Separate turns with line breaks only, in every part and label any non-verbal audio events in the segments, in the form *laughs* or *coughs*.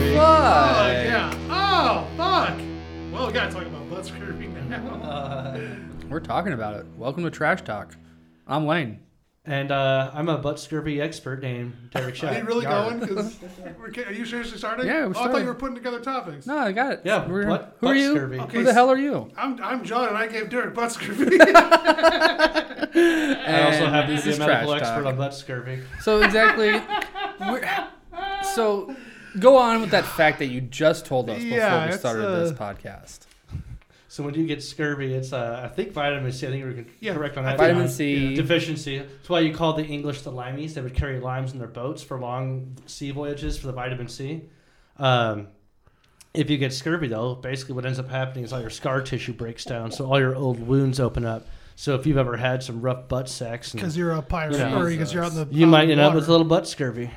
*laughs* Uh,
We're talking about it. Welcome to Trash Talk. I'm Lane.
And uh, I'm a butt scurvy expert named Derek Shaw.
Are you really going? *laughs* 'Cause we're ca- are you seriously starting?
Yeah, we're
oh, I thought
starting.
you were putting together topics.
No, I got it.
Yeah,
We're-
butt-
who are
butt
you?
scurvy.
Who the hell are you?
I'm, I'm John, and I gave Derek butt *laughs* scurvy.
I also
And
happen to
this
be a
is
medical
Trash
expert
Talk.
on butt scurvy.
So exactly. we're- so go on with that fact that you just told us before
Yeah,
we
it's,
started
uh,
this podcast.
So when you get scurvy, it's uh, I think vitamin C. I think you were
Yeah,
correct on
I
that.
think-
Vitamin
John.
C.
deficiency. That's why you call the English the limeys. They would carry limes in their boats for long sea voyages for the vitamin C. Um, if you get scurvy, though, basically what ends up happening is all your scar tissue breaks down, so all your old wounds open up. So if you've ever had some rough butt sex, and
Because you're a pirate,
Yeah.
or because you're out in the
you
out
might
in the
end up with a
water.
little butt scurvy.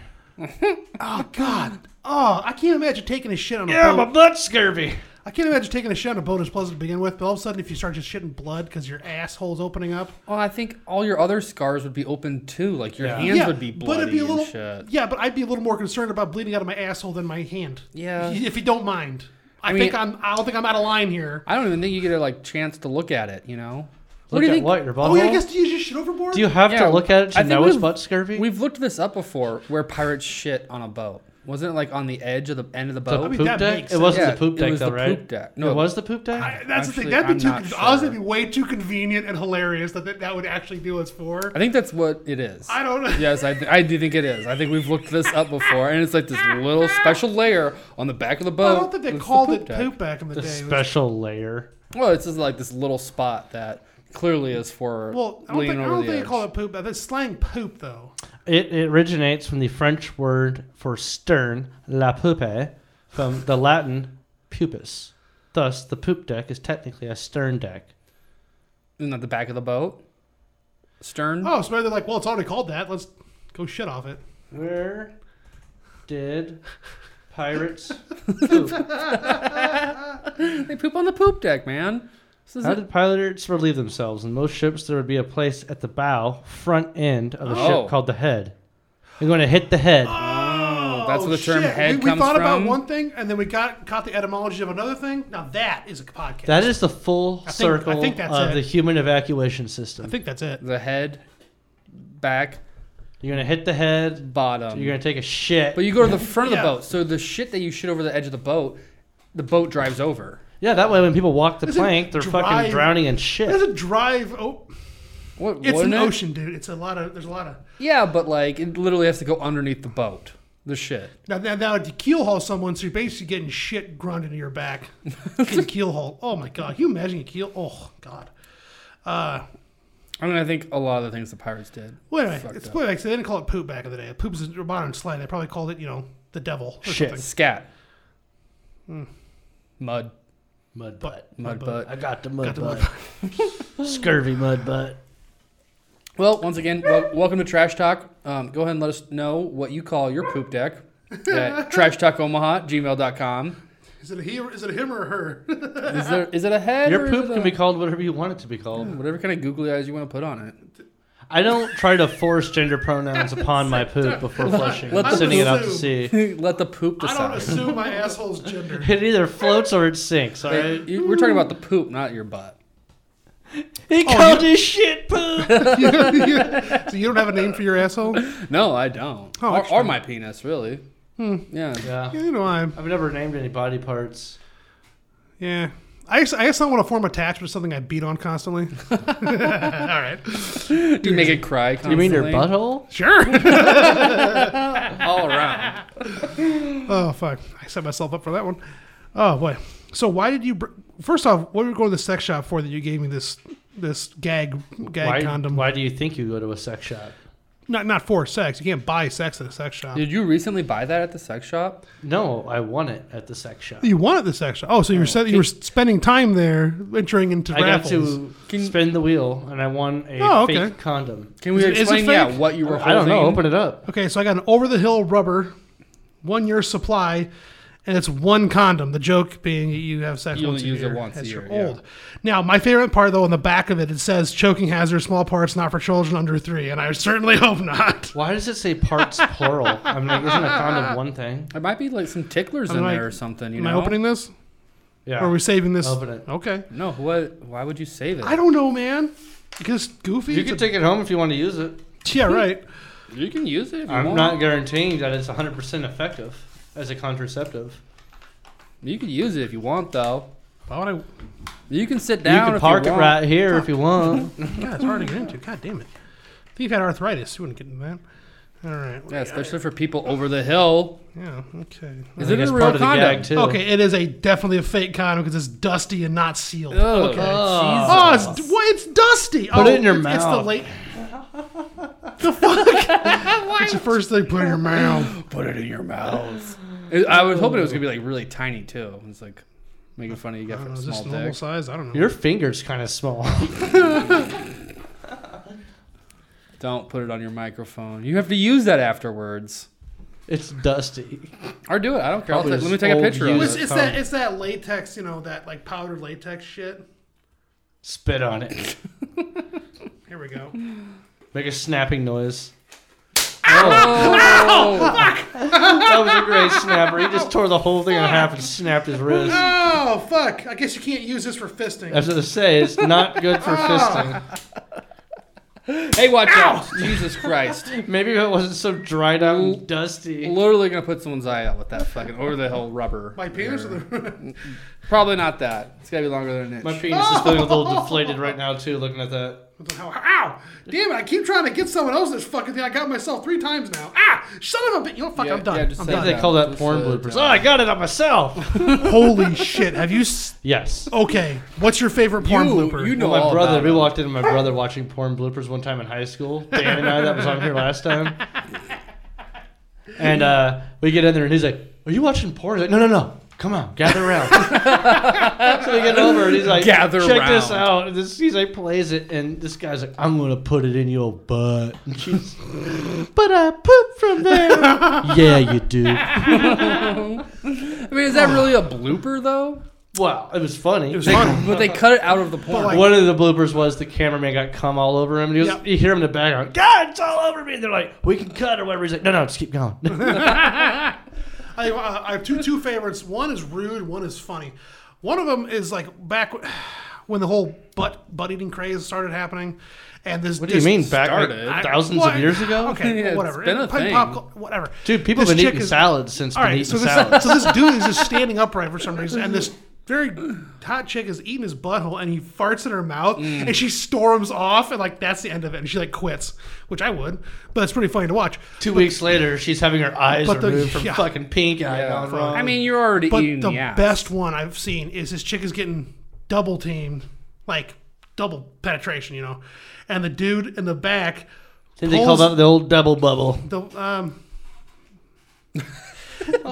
Oh God! Oh, I can't imagine taking a shit on a
Yeah,
boat.
my butt scurvy.
I can't imagine taking a shit on a boat is pleasant to begin with, but all of a sudden, if you start just shitting blood because your asshole's opening up,
Well, I think all your other scars would be open too. Like your
Yeah.
hands
Yeah,
would be
but
bloody
it'd be a little-
and shit.
yeah, but I'd be a little more concerned about bleeding out of my asshole than my hand.
Yeah.
if you don't mind. I,
I mean-
think I'm. I don't think I'm out of line here.
I don't even think you get a like chance to look at it. You know. what
Look
do you
at
think?
what your butthole.
Oh yeah, I guess do you just shit overboard?
Do you have
Yeah,
to look at it to
I think
know it's
we've-
butt scurvy?
We've looked this up before. Where pirates shit on a boat. Wasn't it like on the edge of the end of the
the
boat?
mean,
poop
that
deck.
makes
It wasn't
sense.
the poop
Yeah, it
deck,
was
though,
the
right?
poop deck. No,
it
it-
was the poop deck.
I- that's
Actually,
the thing. That'd
I'm
be too.
not
Honestly, that'd
sure.
be way too convenient and hilarious that that, that would actually be what's for.
I think that's what it is.
I don't know.
Yes, I, I do think it is. I think we've looked this up before, and it's like this little special layer on the back of the boat.
I don't think they
that's the
called it
deck.
poop back in the,
the
day. It was-
special layer.
Well, it's just like this little spot that clearly is for
well, I don't
leaning
think, I
over
don't
the
think
edge.
they call it poop. That's slang poop though.
It, it originates from the French word for stern, la poupe, from the Latin pupus. Thus, the poop deck is technically a stern deck.
Isn't that the back of the boat? Stern.
Oh, so maybe they're like, well, it's already called that. Let's go shit off it.
Where did pirates poop?
*laughs* They poop on the poop deck, man. This is
How
it.
did pilots relieve themselves? In most ships, there would be a place at the bow, front end of the
Oh.
ship called the head. You're going to hit the head.
Oh,
that's where the term
shit.
head
we,
comes
We thought
from.
about one thing, and then we got caught the etymology of another thing. Now that is a podcast.
That is the full
I think- I
circle
think that's
of
it.
the human evacuation system.
I think that's it.
the head, back,
You're going to hit the head,
bottom.
You're gonna take a shit.
but you go to the front
Yeah.
of the boat, so the shit that you shit over the edge of the boat, the boat drives over.
yeah, that way when people walk the
Doesn't
plank, they're fucking
drive-
drowning in
There's
shit.
a drive. Oh,
What?
it's
wouldn't
an
it?
ocean, dude. It's a lot of. There's a lot of.
Yeah, but like it literally has to go underneath the boat. The shit.
Now, now, now to keel haul someone, so you're basically getting shit ground into your back. Getting keel haul. Oh my god, Can you imagine a keel. Oh god. Uh,
I mean, I think a lot of the things the pirates did.
well, anyway,
Fucked
it's
up.
way back. They didn't call it poop back in the day. Poop's a modern slang. They probably called it, you know, the devil or
Shit.
something.
Scat.
Hmm.
Mud.
Mud butt.
Mud
Mud
butt.
I got the mud
Got the
butt.
mud *laughs*
Scurvy mud butt.
Well, once again, wel- welcome to Trash Talk. Um, go ahead and let us know what you call your poop deck
*laughs*
at trashtalkomaha gmail.com.
Is it a he? Or, is it a him or a her? *laughs*
Is, there, is it a head? or
Your
is
poop
it
can
a-
be called whatever you want it to be called.
Whatever kind of googly eyes you want to put on it.
I don't try to force gender pronouns upon
*laughs*
my poop before flushing.
let
I'm
the
sending it out to
poop-
sea.
*laughs* Let the poop
I don't
decide.
assume my asshole's gender.
It either floats or it sinks. All
Hey,
right.
you- we're talking about the poop, not your butt.
He called his shit poop.
so you don't have a name for your asshole?
No, I don't.
Oh,
or, or
interesting.
my penis, really. Yeah.
*laughs* yeah.
Yeah, you know I'm.
I've never named any body parts.
Yeah. I guess, I guess I want to form attachment to something I beat on
*laughs*
constantly. All right.
Do *laughs* you make it cry
You
constantly?
mean your butthole?
Sure.
All around.
Oh fuck! I set myself up for that one. Oh boy. So why did you? Br- First off, what were you going to the sex shop for that you gave me this this gag gag
Why,
condom?
why do you think you go to a sex shop?
Not not for sex. You can't buy sex at a sex shop.
Did you recently buy that at the sex shop?
No, I want it at the sex shop.
You wanted the sex shop. Oh, so you were set, you were spending time there, entering into
I got
raffles.
to
Can-
spin the wheel, and I won a
Oh,
fake
okay.
condom.
Can we
Is it- is it
explain, yeah,
fake?
what you were holding?
I don't know. Open it up.
Okay, so I got an over the hill rubber, one year supply, and it's one condom. The joke being you have sex
You
once
only use it
a year.
once a
as
year,
You're
yeah.
old. Now, my favorite part though, on the back of it, it says choking hazard, small parts, not for children under three, and I certainly *laughs* hope not.
Why does it
*laughs*
say parts plural? I mean, like, isn't a condom one thing?
There might be like some ticklers
I'm
in
like,
there or something. You
Am
know?
I opening this?
Yeah.
Or are we saving this?
Open it.
Okay.
No, what? Why would you say that?
I don't know, man. Because Goofy.
You can take it home if you want to use it.
*laughs*
*laughs*
yeah, right.
You can use it. If you
I'm
want.
not guaranteeing that it's 100% effective as a contraceptive.
You can use it if you want, though.
Why would
You can sit down.
you can
if
park
you
it
want.
right here if
*laughs*
you want.
I? God, it's hard to get into. God damn it. If you had arthritis, you wouldn't get into that. All right.
Yeah, especially for people over the hill.
Yeah. Okay.
Is it
I think
a
that's
real condom?
too.
Okay. It is a definitely a fake condom because it's dusty and not sealed.
Ugh.
Okay.
Oh,
Oh, it's, what, it's dusty. oh,
Put it in your
it's, It's the
mouth.
late. the fuck? It's the first thing put in your mouth.
Put it in your mouth. It- I was hoping it was gonna be like really tiny too. It's like making fun of you
I
got for
don't know,
a
Oh. is
small
this normal
dick.
size? I don't know.
Your finger's kind of small. *laughs*
Don't put it on your microphone. You have to use that afterwards.
it's dusty.
Or do it. I don't care. I'll
Probably
take- let me
just
take a
old
picture of
It's,
used-
it.
it's that it's that latex, you know, that like powdered latex shit.
Spit on it.
Here we go.
Make a snapping noise.
Oh,
That was a great snapper. He just tore the whole thing in half and snapped his wrist.
Oh fuck! I guess you can't use this for fisting.
That's what they say. It's not good for fisting.
hey, watch out!
*laughs*
Jesus Christ!
Maybe if it wasn't so dried out and dusty.
Literally gonna put someone's eye out with that fucking over the hill rubber.
My penis. Or *laughs* the...
Probably not that. It's gotta be longer than an inch.
My penis is feeling a little deflated right now too. Looking at that.
Ow! Damn it! I keep trying to get someone else this fucking thing. I got myself three times now. Ah! Son of a bitch! You know, fuck.
Yeah,
I'm done.
yeah, just
I'm
say
I
done. *laughs*
think they call that
Just,
porn
uh,
bloopers.
down.
Oh, I got it on myself.
Holy shit! Have you? S-
yes.
okay. What's your favorite porn
You-
blooper?
you know-
Well,
all
my brother,
about
we
it.
walked into my brother watching porn bloopers one time in high school. Dan and I, that was on here last time. And uh, we get in there, and he's like, "Are you watching porn?" He's like, "No, no, no. Come on, gather around." so we get over, and he's like,
Gather
check this
round.
out." And this, he's like, plays it, and this guy's like, "I'm gonna put it in your butt." And she's, "But I poop from there." yeah, you do.
I mean, is that really a blooper though?
Wow, it was funny.
It was fun. *laughs*
But they cut it out of the porn.
like-
One of the bloopers was the cameraman got cum all over him. And he was,
Yep.
You hear him in the background, God, it's all over me. And they're like, we can cut or whatever. He's like, no, no, just keep going. *laughs*
I, uh, I have two two favorites. One is rude. One is funny. One of them is like back w- *sighs* when the whole butt butt eating craze started happening, and this.
what do you mean back like,
started. I-
thousands
What?
of years ago? *laughs*
Okay,
Yeah, it's
whatever.
been a
Pop-
thing.
pop cul- whatever.
Dude, people
This
have been
chick
eating
is-
salads since
All
been
right,
eating
so this *laughs*
salads.
so this dude is just standing upright for some reason, and this very hot chick is eating his butthole, and he farts in her mouth,
Mm.
and she storms off, and like that's the end of it, and she like quits, which I would, but it's pretty funny to watch.
Two weeks later, she's having her eyes
But the-
removed from
yeah.
fucking pink eye.
Yeah.
gone wrong.
I mean, you're already
But
eating
the
the, ass.
best one I've seen is this chick is getting double teamed, like double penetration, you know, and the dude in the back.
Then they call
pulls-
that the old double bubble.
the um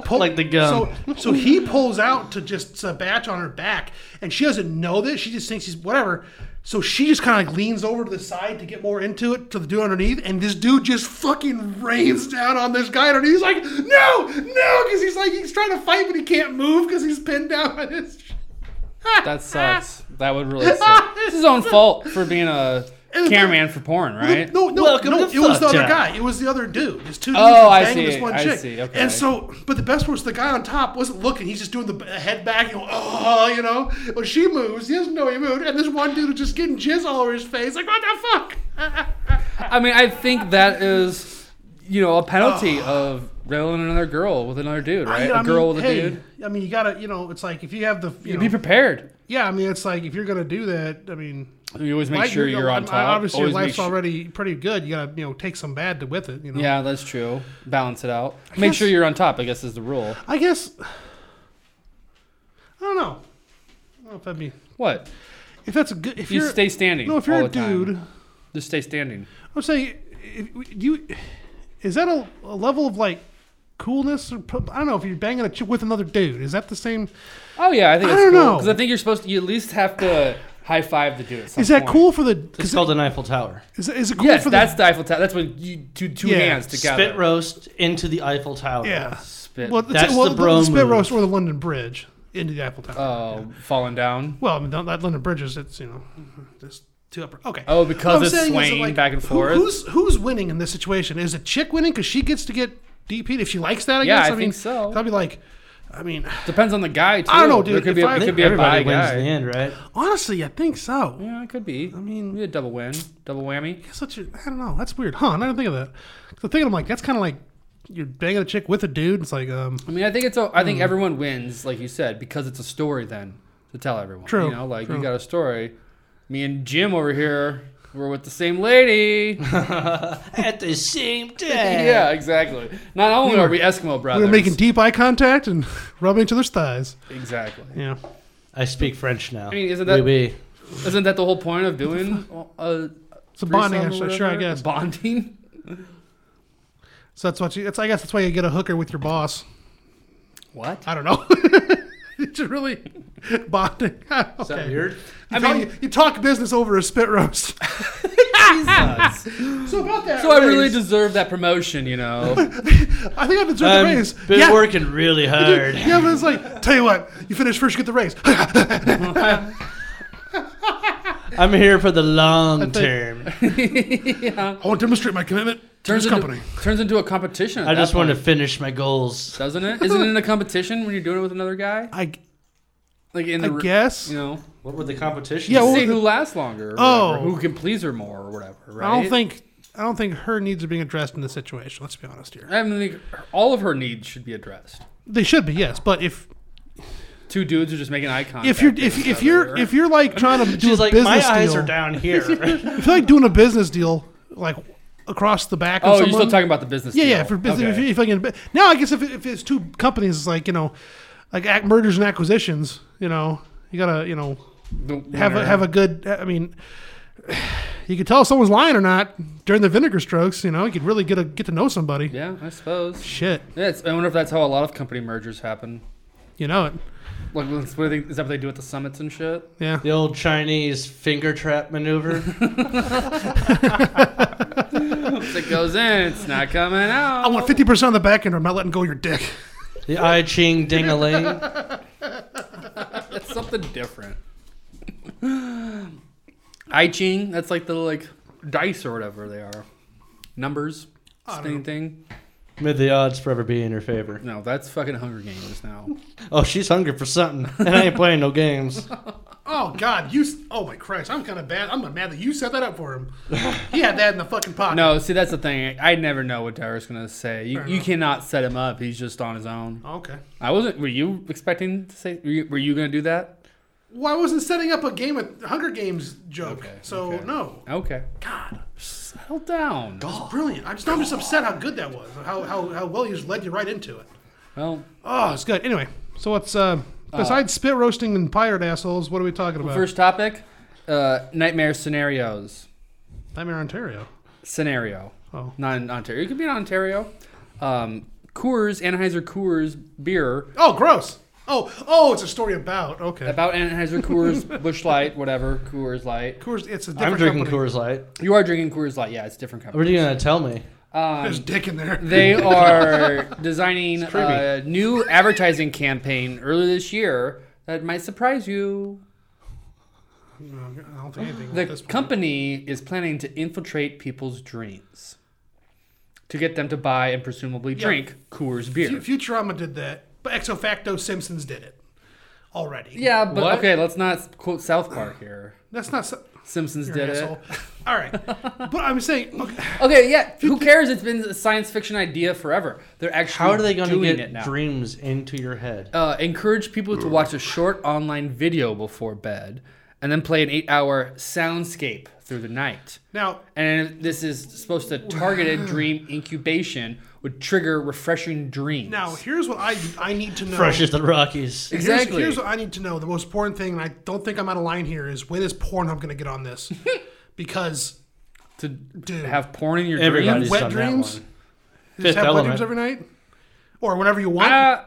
pull-
Like the gum.
So, so he pulls out to just uh, batch on her back, and she doesn't know this. She just thinks he's whatever. So she just kind of like leans over to the side to get more into it to the dude underneath, and this dude just fucking rains down on this guy underneath. He's like, no, no, because he's like he's trying to fight, but he can't move because he's pinned down by this. *laughs* Ah.
That sucks. That would really suck. It's his own fault for being a
And the-
cameraman for porn, right?
No, no,
Welcome
no.
to
It was the other
Fucktown.
guy. It was the other dude. There's two dudes
Oh, I
banging
see,
this one
I
chick.
see, okay.
And so, but the best was the guy on top wasn't looking. He's just doing the b- head back. You know, oh, you know. Well, she moves. He doesn't know he moved. And this one dude was just getting jizz all over his face. Like, what the fuck? *laughs*
I mean, I think that is, you know, a penalty of railing another girl with another dude, right?
You know, I
a girl
mean,
with
hey,
a dude.
I mean, you gotta. You know, it's like if you have the. You
You
know,
be prepared.
yeah, I mean, it's like if you're gonna do that. I mean,
You always make
like,
sure you're on
I-
top.
I- Obviously, your
always
life's
make su-
already pretty good. You gotta, you know, take some bad to with it. You know.
Yeah, that's true. Balance it out. Make
guess-
sure you're on top. I guess is the rule.
I guess. I don't know. I don't know if that'd be.
What?
If that's a good, if
You
are
stay standing.
no, if you're
all
a
the time.
dude,
just stay standing.
I'm saying, if, do you is that a, a level of like coolness or pro- I don't know if you're banging a chick with another dude, is that the same?
Oh yeah, I think
I
it's
don't
cool
know.
because I think you're supposed to. You at least have to high five the dude. At some
Is that
point.
cool for the?
It's
Cause
called an Eiffel Tower.
is, is it cool
Yes,
for
that's
the?
the Eiffel Tower. That's when you two two
Yeah.
hands together.
Spit roast into the Eiffel Tower.
Yeah.
Spit.
Well, it's-
That's
well,
the bro
spit
move.
roast or the London Bridge into the Apple Tower.
Oh, falling down.
well, I mean, that, that London Bridge is it's you know, just two upper. Okay.
Oh, because
What I'm
it's
saying is that,
swaying
like,
back and
who-
forth.
who's who's winning in this situation? Is a chick winning because she gets to get DP if she likes that? I
Yeah,
guess.
I
mean,
think so.
I'd be like, I mean,
Depends on the guy too.
I don't know, dude.
There could be
If
a,
I-
it could be a
Everybody
bi
wins in the
guy.
end, right?
honestly, I think so.
Yeah, it could be.
I mean,
Be a double win, double whammy.
that's such a, I don't know. That's weird, huh? I didn't think of that. 'Cause I'm thinking, I'm like, that's kind of like you're banging a chick with a dude. It's like, um,
I mean, I think it's. A, I think everyone wins, like you said, because it's a story. Then to tell everyone,
True,
You know, like
true.
you got a story. Me and Jim over here were with the same
*laughs*
lady.
*laughs* At the same time.
*laughs* yeah, exactly. Not only are we Eskimo brothers,
we were making deep eye contact and *laughs* rubbing each other's thighs.
exactly.
Yeah.
I speak French now.
I mean, isn't that-
Oui, oui.
Isn't that the whole point of doing
*laughs*
a
It's a bonding, actually, sure, I guess. *laughs*
bonding?
So that's what you, that's, I guess that's why you get a hooker with your boss.
What?
I don't know. *laughs* it's really *laughs* bonding. *laughs*
Is that
Okay.
weird?
You,
I
talk,
mean-
you talk business over a spit roast.
Jesus.
*laughs* so about that.
so I really deserve that promotion, you
*laughs*
know. *laughs*
I think I've been the raise.
I've Um, been
yeah,
working really hard.
yeah, but it's like, tell you what, you finish first, you get the raise. *laughs*
I'm here for the long
think-
term.
*laughs* I want to demonstrate my commitment to
turns
this
into,
company.
turns into a competition. at
I
that
just want to
point,
finish my goals.
doesn't it? Isn't it in a competition when you're doing it with another guy?
I,
Like in
I
the re-
guess.
you know,
What were the competitions?
Yeah, well,
see who lasts longer. Or
Oh.
whatever, who can please her more or whatever. Right.
I don't think I don't think her needs are being addressed in this situation. Let's be honest here.
I mean, like, all of her needs should be addressed.
They should be, yes. But if
Two dudes are just making eye contact.
if you're
with
if,
each
if
other.
you're if you're like trying *laughs* to do
She's
a
like, my
business
eyes
deal, *laughs*
are down here. *laughs*
if you're like doing a business deal like across the back.
oh,
of
you're
someone,
still talking about the business.
Yeah,
deal.
yeah. If you're business, if,
Okay.
you if I can, now I guess if, if it's two companies, it's like you know, like ac mergers and acquisitions. You know, you gotta you know
The
have a,
winner.
have a good. I mean, you could tell if someone's lying or not during the vinegar strokes. You know, you could really get a get to know somebody.
yeah, I suppose.
Shit,
Yeah, it's, I wonder if that's how a lot of company mergers happen.
you know it.
Like, what do they, is that what they do at the summits and shit?
Yeah.
the old Chinese finger trap maneuver.
Once it goes in, it's not coming out.
I want fifty percent on the back end, or I'm not letting go of your dick. *laughs*
the I Ching ding a ling.
That's something different. I Ching, that's like the like dice or whatever they are. Numbers.
I don't
Same
know.
thing.
May the odds forever be in your favor.
No, that's fucking Hunger Games now.
Oh, she's hungry for something, *laughs* and I ain't playing
*laughs*
no games.
Oh God, you! s- Oh my Christ, I'm kind of bad. I'm mad that you set that up
*laughs*
for him. he had that in the fucking pocket.
No, see that's the thing. I never know what Derek's gonna say. You,
Fair
you
enough.
cannot set him up. He's just on his own.
Okay.
I wasn't. Were you expecting to say? Were you, were you gonna do that?
Well, I wasn't setting up a game with Hunger Games joke,
Okay,
so
okay.
no.
Okay.
God.
Settle down.
It's brilliant. I'm just, I'm just upset how good that was. How, how, how well you just led you right into it.
Well,
Oh, it's good. Anyway, so what's uh, besides spit roasting and pirate assholes? What are we talking about?
first topic: uh, nightmare scenarios.
Nightmare Ontario.
Scenario.
Oh,
not in Ontario. It could be in Ontario. Um, Coors, Anheuser Coors beer
oh, gross. Oh, oh, it's a story about. Okay.
about Anheuser
*laughs*
Coors, Bush Light, whatever Coors Light.
Coors, it's a different.
I'm drinking
company.
Coors Light.
You are drinking Coors Light, yeah. It's a different
What
company.
are you gonna tell me?
There's dick in there.
*laughs*
They are designing
creepy.
a new advertising campaign earlier this year that might surprise you.
No, I don't think anything.
The
at this point.
company is planning to infiltrate people's dreams to get them to buy and presumably drink Coors beer.
Fu- Futurama did that, but ex facto Simpsons did it already.
yeah, but
What?
okay, let's not quote South Park here.
That's not. so-
Simpsons
You're
did
an
it.
asshole. All
*laughs*
right, but I'm saying. Okay,
Okay, yeah.
*laughs*
Who cares? It's been a science fiction idea forever. They're actually
How are they gonna
doing it
get
now?
dreams into your head?
uh, encourage people to watch a short online video before bed, and then play an eight-hour soundscape through the night.
now
And this is supposed to targeted dream incubation would trigger refreshing dreams.
Now, here's what I I need to know.
Fresh as the Rockies.
Here's-
exactly.
Here's, what I need to know. The most important thing, and I don't think I'm out of line here, is when is Pornhub going to get on this? because
to
dude,
have porn in your
Everybody's
dreams.
wet
done
dreams?
that one.
you just
Fifth
have wet
Element.
dreams every night, or whenever you want.
Uh,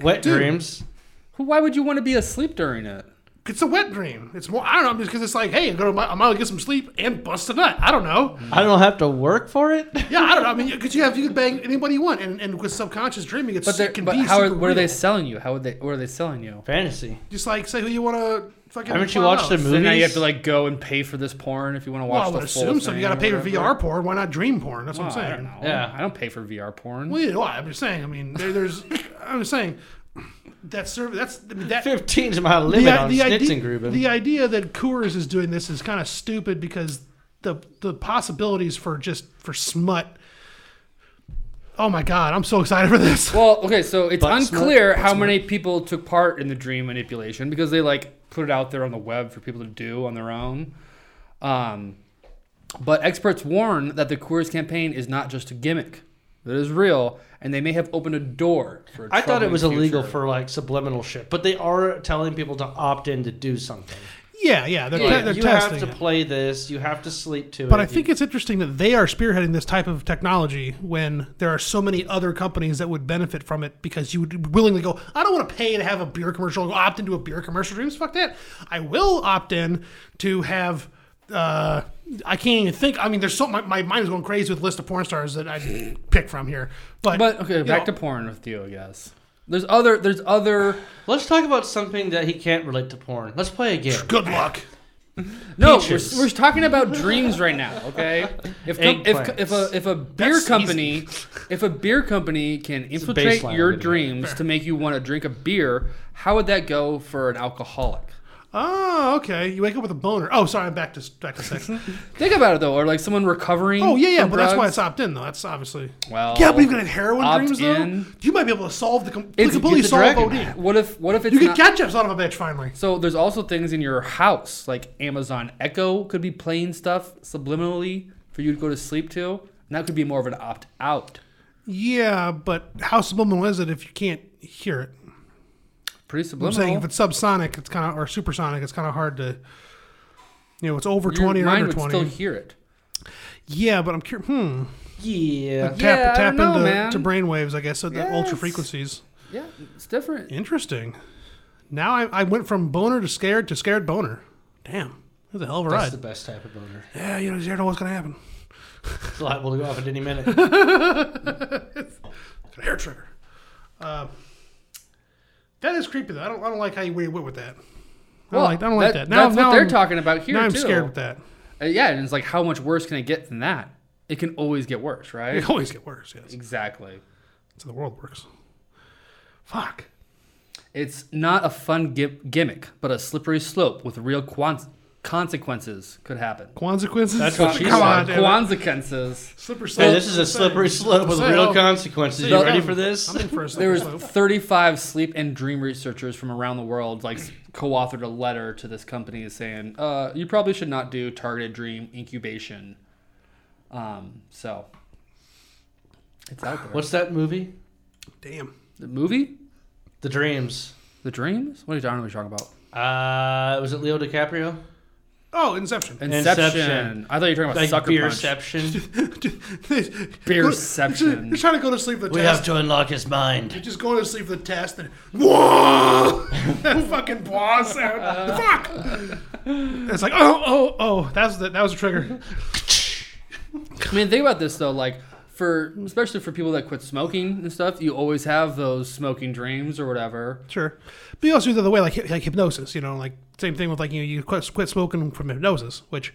Wet dreams.
why would you want to be asleep during it?
it's a wet dream. It's more. I don't know. I'm just because it's like, hey, I'm gonna, I'm gonna get some sleep and bust a nut. I don't know.
Mm.
I don't have to work for it.
Yeah, I don't know. I mean, because you have you could bang anybody you want, and, and with subconscious dreaming, it's
But, they're-
it can
but
be
how are,
super
what are they
real.
selling you? How would they? What are they selling you?
Fantasy.
Just like say who you want to fucking.
Haven't you
find
watched
out.
the
So now you have
Movies?
to like go and pay for this porn if you want to watch
Well, I
the
would
full
assume so. You
thing
got to
or
pay for
whatever.
VR porn. Why not dream porn? That's what
Well,
I'm saying.
I don't know.
Yeah.
I don't pay for VR porn.
Well, you know, I'm just saying. I mean, there, there's. I'm just saying. that service. That's I mean, that.
15's my limit
The,
on
the
Stetson
idea,
Gruben.
the idea that Coors is doing this is kind of stupid because the the possibilities for just for smut. Oh my god, I'm so excited for this.
Well, okay, so it's
Butt smut,
unclear
butt
how many people took part in the dream manipulation because they like put it out there on the web for people to do on their own. Um, but experts warn that the Coors campaign is not just a gimmick; that is real, and they may have opened a door. for a
I thought it
troubling
was illegal
future.
for like subliminal shit, but they are telling people to opt in to do something.
Yeah, yeah, they're,
Like,
they're
you
testing.
have to
it.
play this. You have to sleep to it.
But I think it's interesting that they are spearheading this type of technology when there are so many other companies that would benefit from it because you would willingly go, I don't want to pay to have a beer commercial, go opt into a beer commercial dreams. Fuck that. I will opt in to have. Uh, I can't even think. I mean, there's so my, my mind is going crazy with list of porn stars that I pick from here. But
But okay,
you
back to
know,
porn with you, I guess. There's other. There's other.
Let's talk about something that he can't relate to porn. Let's play a game.
good luck.
No, we're,
Peaches.
we're talking about dreams right now.
*laughs*
Okay, if com- if,
Eggplants.
if a if a beer
That's
company, if a beer company can infiltrate
baseline
your
video.
dreams to make you want to drink a beer, how would that go for an alcoholic?
Oh, okay. You wake up with a boner. Oh, sorry, I'm back to back
*laughs*
to sex.
Think about it though, or like someone recovering.
Oh yeah, yeah.
from
But that's why
drugs.
it's opt in though. That's obviously
well.
Yeah, but you can have heroin
Uh, opt
dreams though.
in.
You might be able to solve the com-
It's-
completely
get the
solve
dragon.
OD.
What if what if it's
You
not-
get ketchup out of a bitch finally.
So there's also things in your house, like Amazon Echo could be playing stuff subliminally for you to go to sleep to, and that could be more of an opt out.
Yeah, but how subliminal is it if you can't hear it?
Pretty
I'm saying if
subliminal.
it's subsonic, it's kind of or supersonic, it's kind of hard to. You know, it's over
Your
twenty or
mind
under
would
twenty.
still hear it.
yeah, but I'm curious. Hmm.
Yeah.
Tap
Yeah, I
tap
don't know,
into
man.
to brainwaves, I guess, so the ultra
Yes.
frequencies.
Yeah, it's different.
Interesting. Now I, I went from boner to scared to scared boner. Damn, that's a hell of a
That's
ride.
the best type of boner.
yeah, you know, you never know what's gonna happen.
It's liable to go off at
*laughs*
any minute.
It's an hair trigger. Uh, that is creepy though. I don't. I don't like how you where you went with that. I don't like. I don't like that. Now,
that's
now
what they're
I'm,
talking about here
Now I'm
too.
scared with that.
Uh, yeah, and it's like, how much worse can it get than that? It can always get worse, right?
It always get worse. Yes,
exactly.
that's how the world works. Fuck.
It's not a fun gi- gimmick, but a slippery slope with real quan- consequences could happen.
Consequences.
That's what she
Come
said.
on, damn it.
Consequences.
Slipper slope.
hey, this is a slippery slope with
Say,
real
oh,
consequences.
no,
You ready
um,
for this?
I'm in for
There
a slippery
was
slope.
35 sleep and dream researchers from around the world, like co-authored a letter to this company saying, uh, "You probably should not do targeted dream incubation." Um, so it's out there.
What's that movie?
Damn.
the movie?
The Dreams.
The dreams? What are you talking, what are you talking about?
Uh, was it Leo DiCaprio?
Oh, Inception. *laughs*
Inception.
Inception.
I thought you were talking about
Like
sucker punch.
Beerception.
Beerception.
You're *laughs* trying to go to sleep with the
we have
test.
to unlock his mind.
Just going to sleep with the test and *laughs* whoa, *laughs* that fucking paw sound.
*laughs*
Fuck. It's like oh oh oh. That's the, that was a trigger.
I mean, think about this though. Like for especially for people that quit smoking and stuff, you always have those smoking dreams or whatever.
Sure, but you also do the other way, like hy- like hypnosis. You know, like same thing with like you know, you quit, quit smoking from hypnosis, which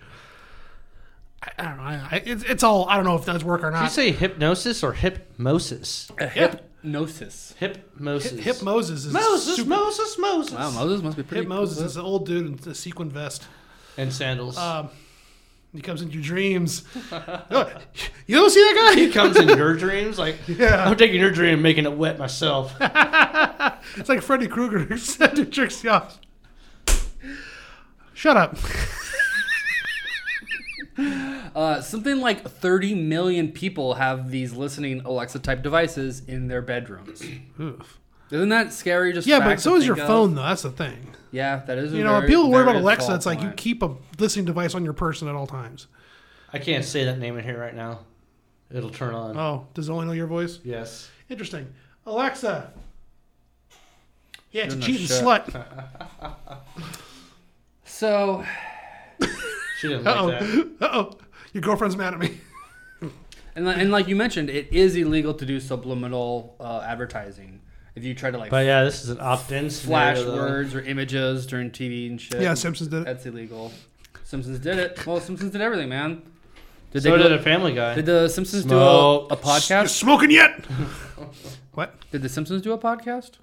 I, I don't know. I, I, it's, it's all I don't know if that's work or
Did you
not.
say hypnosis or hypnosis?
A hypnosis.
Hypnosis.
Hip Moses is
Moses,
super-
Moses, Moses.
Wow, Moses must be pretty.
Hip Moses
cool.
is an old dude in a sequin vest.
And sandals. *laughs*
Um, he comes into your dreams. *laughs* No, you don't see that guy?
he comes in your dreams, like
*laughs* Yeah.
I'm taking your dream and making it wet myself. *laughs*
It's like Freddy Krueger *laughs* except it tricks you off. Shut up.
Uh, something like 30 million people have these listening Alexa type devices in their bedrooms. *clears throat*
Oof.
Isn't that scary? Just
Yeah,
fact
but
to
so is your
think of?
phone, though. That's the thing.
Yeah, that is. a
You know,
very-
people worry about
very
Alexa.
small
It's like you
point.
keep a listening device on your person at all times.
I can't say that name in here right now. It'll turn on.
Oh, does it only know your voice?
Yes.
Interesting. Alexa. Yeah, it's a
You're no
cheating
shit.
slut.
So
She didn't
Uh *laughs*
like that.
oh. Uh oh. Your girlfriend's mad at me.
and li- and like you mentioned, it is illegal to do subliminal uh, advertising if you try to like
But yeah, this is an opt-in
flash
scenario, though.
words or images during TV and shit.
Yeah, Simpsons did it.
That's illegal. Simpsons did it. Well, Simpsons did everything, man. Did
So
they?
did
Do,
a Family Guy.
did the Simpsons
Smoke.
do a, a
You're
podcast?
smoking yet? what?
Did the Simpsons do a podcast?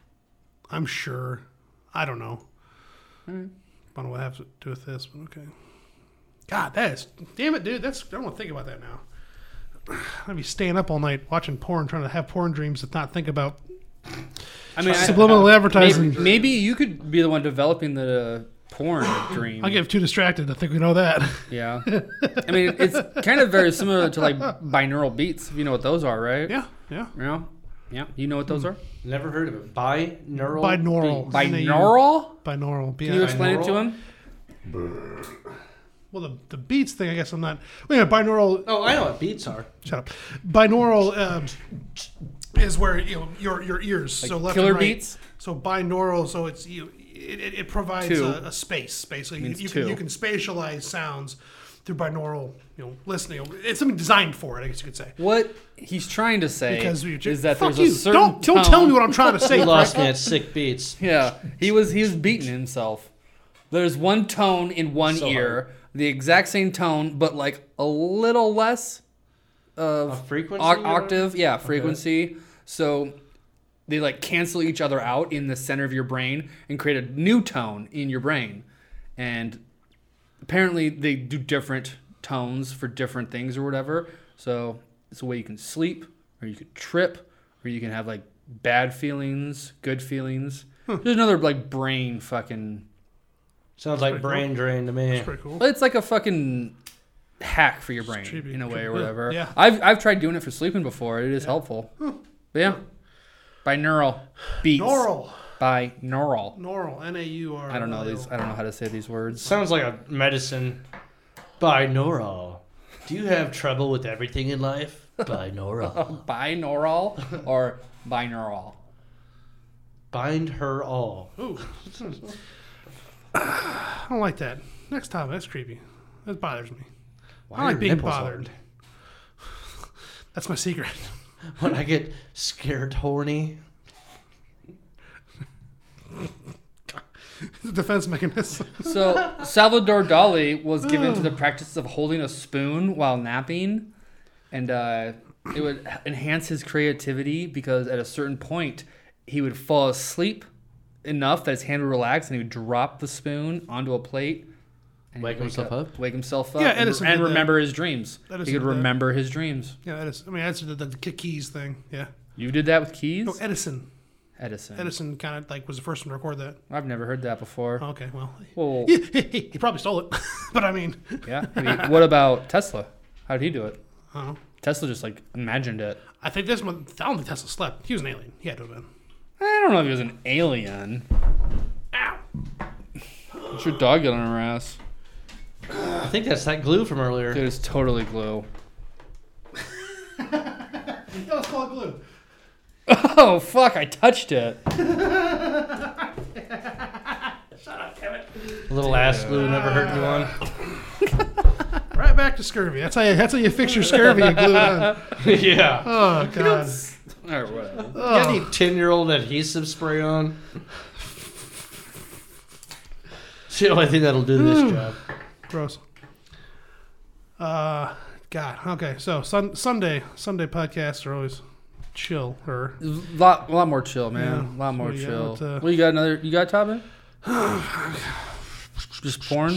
I'm sure. I don't know. I don't know what has to do with this, but okay. God, that is damn it, dude. That's I don't want to think about that now. *sighs* I'd be staying up all night watching porn, trying to have porn dreams, and not think about
I mean, I-
subliminal advertising.
Maybe, maybe you could be the one developing the
*coughs*
porn dream.
I get too distracted. I think we know that.
Yeah. I mean, it's kind of very similar to like binaural beats. if You know what those are, right?
*laughs* yeah, yeah.
Yeah. Yeah. You know what those are?
Never heard of it. Binaural.
Binaural.
beats.
Isn't it you-
Binaural?
Binaural.
Can you
B-I-
explain it to
binaural?
him?
well, the, the beats thing, I guess I'm not. Wait a minute, binaural.
Oh, I know what beats are.
Shut up. Binaural um, is where you know, your your ears. so left
killer
and right.
beats?
So binaural, so it's you. It, it, it provides
Two.
a, a space basically. You,
Means
you can
two.
you can spatialize sounds through binaural. You know, listening. It's something designed for it. I guess you could say.
What he's trying to say
Because we,
is that
fuck
there's
you.
a certain
don't don't tell
tone-
me what I'm trying to
*laughs*
say.
You lost
Frank.
me at sick beats.
Yeah, he was he was beating himself. There's one tone in one
So
ear, the exact same tone, but like a little less of
A frequency
oc-
or whatever?
octave. Yeah, frequency. So they like cancel each other out in the center of your brain and create a new tone in your brain. And apparently they do different tones for different things or whatever. So it's a way you can sleep, or you can trip, or you can have like bad feelings, good feelings. There's another like brain fucking.
Sounds like brain drain to me.
That's pretty cool.
It's like a fucking hack for your brain
tribute-
in a way or
tribute,
whatever.
yeah.
I've I've tried doing it for sleeping before. It is helpful. But yeah. Binaural beats.
Binaural.
Binaural.
Normal. N a u r.
I don't know these. I don't know how to say these words.
Sounds like a medicine. Binaural. Do you have trouble with everything in life? Binaural.
Binaural or binaural.
Bind her all.
Ooh. *laughs* I don't like that. Next time, that's creepy. That bothers me.
Why
I
are
like
your
being
nipples
bothered. *laughs* That's my secret. *laughs*
hard? When I get scared horny.
It's a defense mechanism. *laughs*
So Salvador Dali was given to the practice of holding a spoon while napping, and uh, it would enhance his creativity because at a certain point he would fall asleep enough that his hand would relax and he would drop the spoon onto a plate. And he
Wake
would
himself up?
Wake himself up.
Yeah,
and,
Edison
and
did that.
remember his dreams.
Edison
he could
did that.
remember his dreams.
yeah, that is. I mean, that's the, the k- keys thing. Yeah.
You did that with keys,
No, Edison.
Edison.
Edison kind of like was the first one to record that. Oh,
I've never heard that before.
Okay, well, *laughs*
Well,
he, he, he probably stole it. *laughs* but I mean,
yeah. I mean, what about Tesla? How did he do it?
I don't know.
Tesla just like imagined it.
I think this one. I don't think Tesla slept. He was an alien. He had to have been.
I don't know if he was an alien. Ow! What's your dog got on her ass?
I think that's that glue from earlier.
Dude, it's totally glue.
Yeah, let's call it glue.
*laughs* Oh fuck! I touched it.
Little ass glue never hurt anyone.
*laughs*
Right back to scurvy. That's how you, that's how you fix your scurvy. You glue it on.
yeah.
Oh god.
Or whatever.
Got any 10 year old adhesive spray on? It's the only thing that'll do
Hmm.
this job.
Gross. Uh, God. Okay. So sun, Sunday Sunday podcasts are always chill. Or
A lot, lot more chill, man.
Yeah.
a lot more
What do you
chill.
got, uh,
What you got? Another? You got Tobin?
*sighs*
Just porn?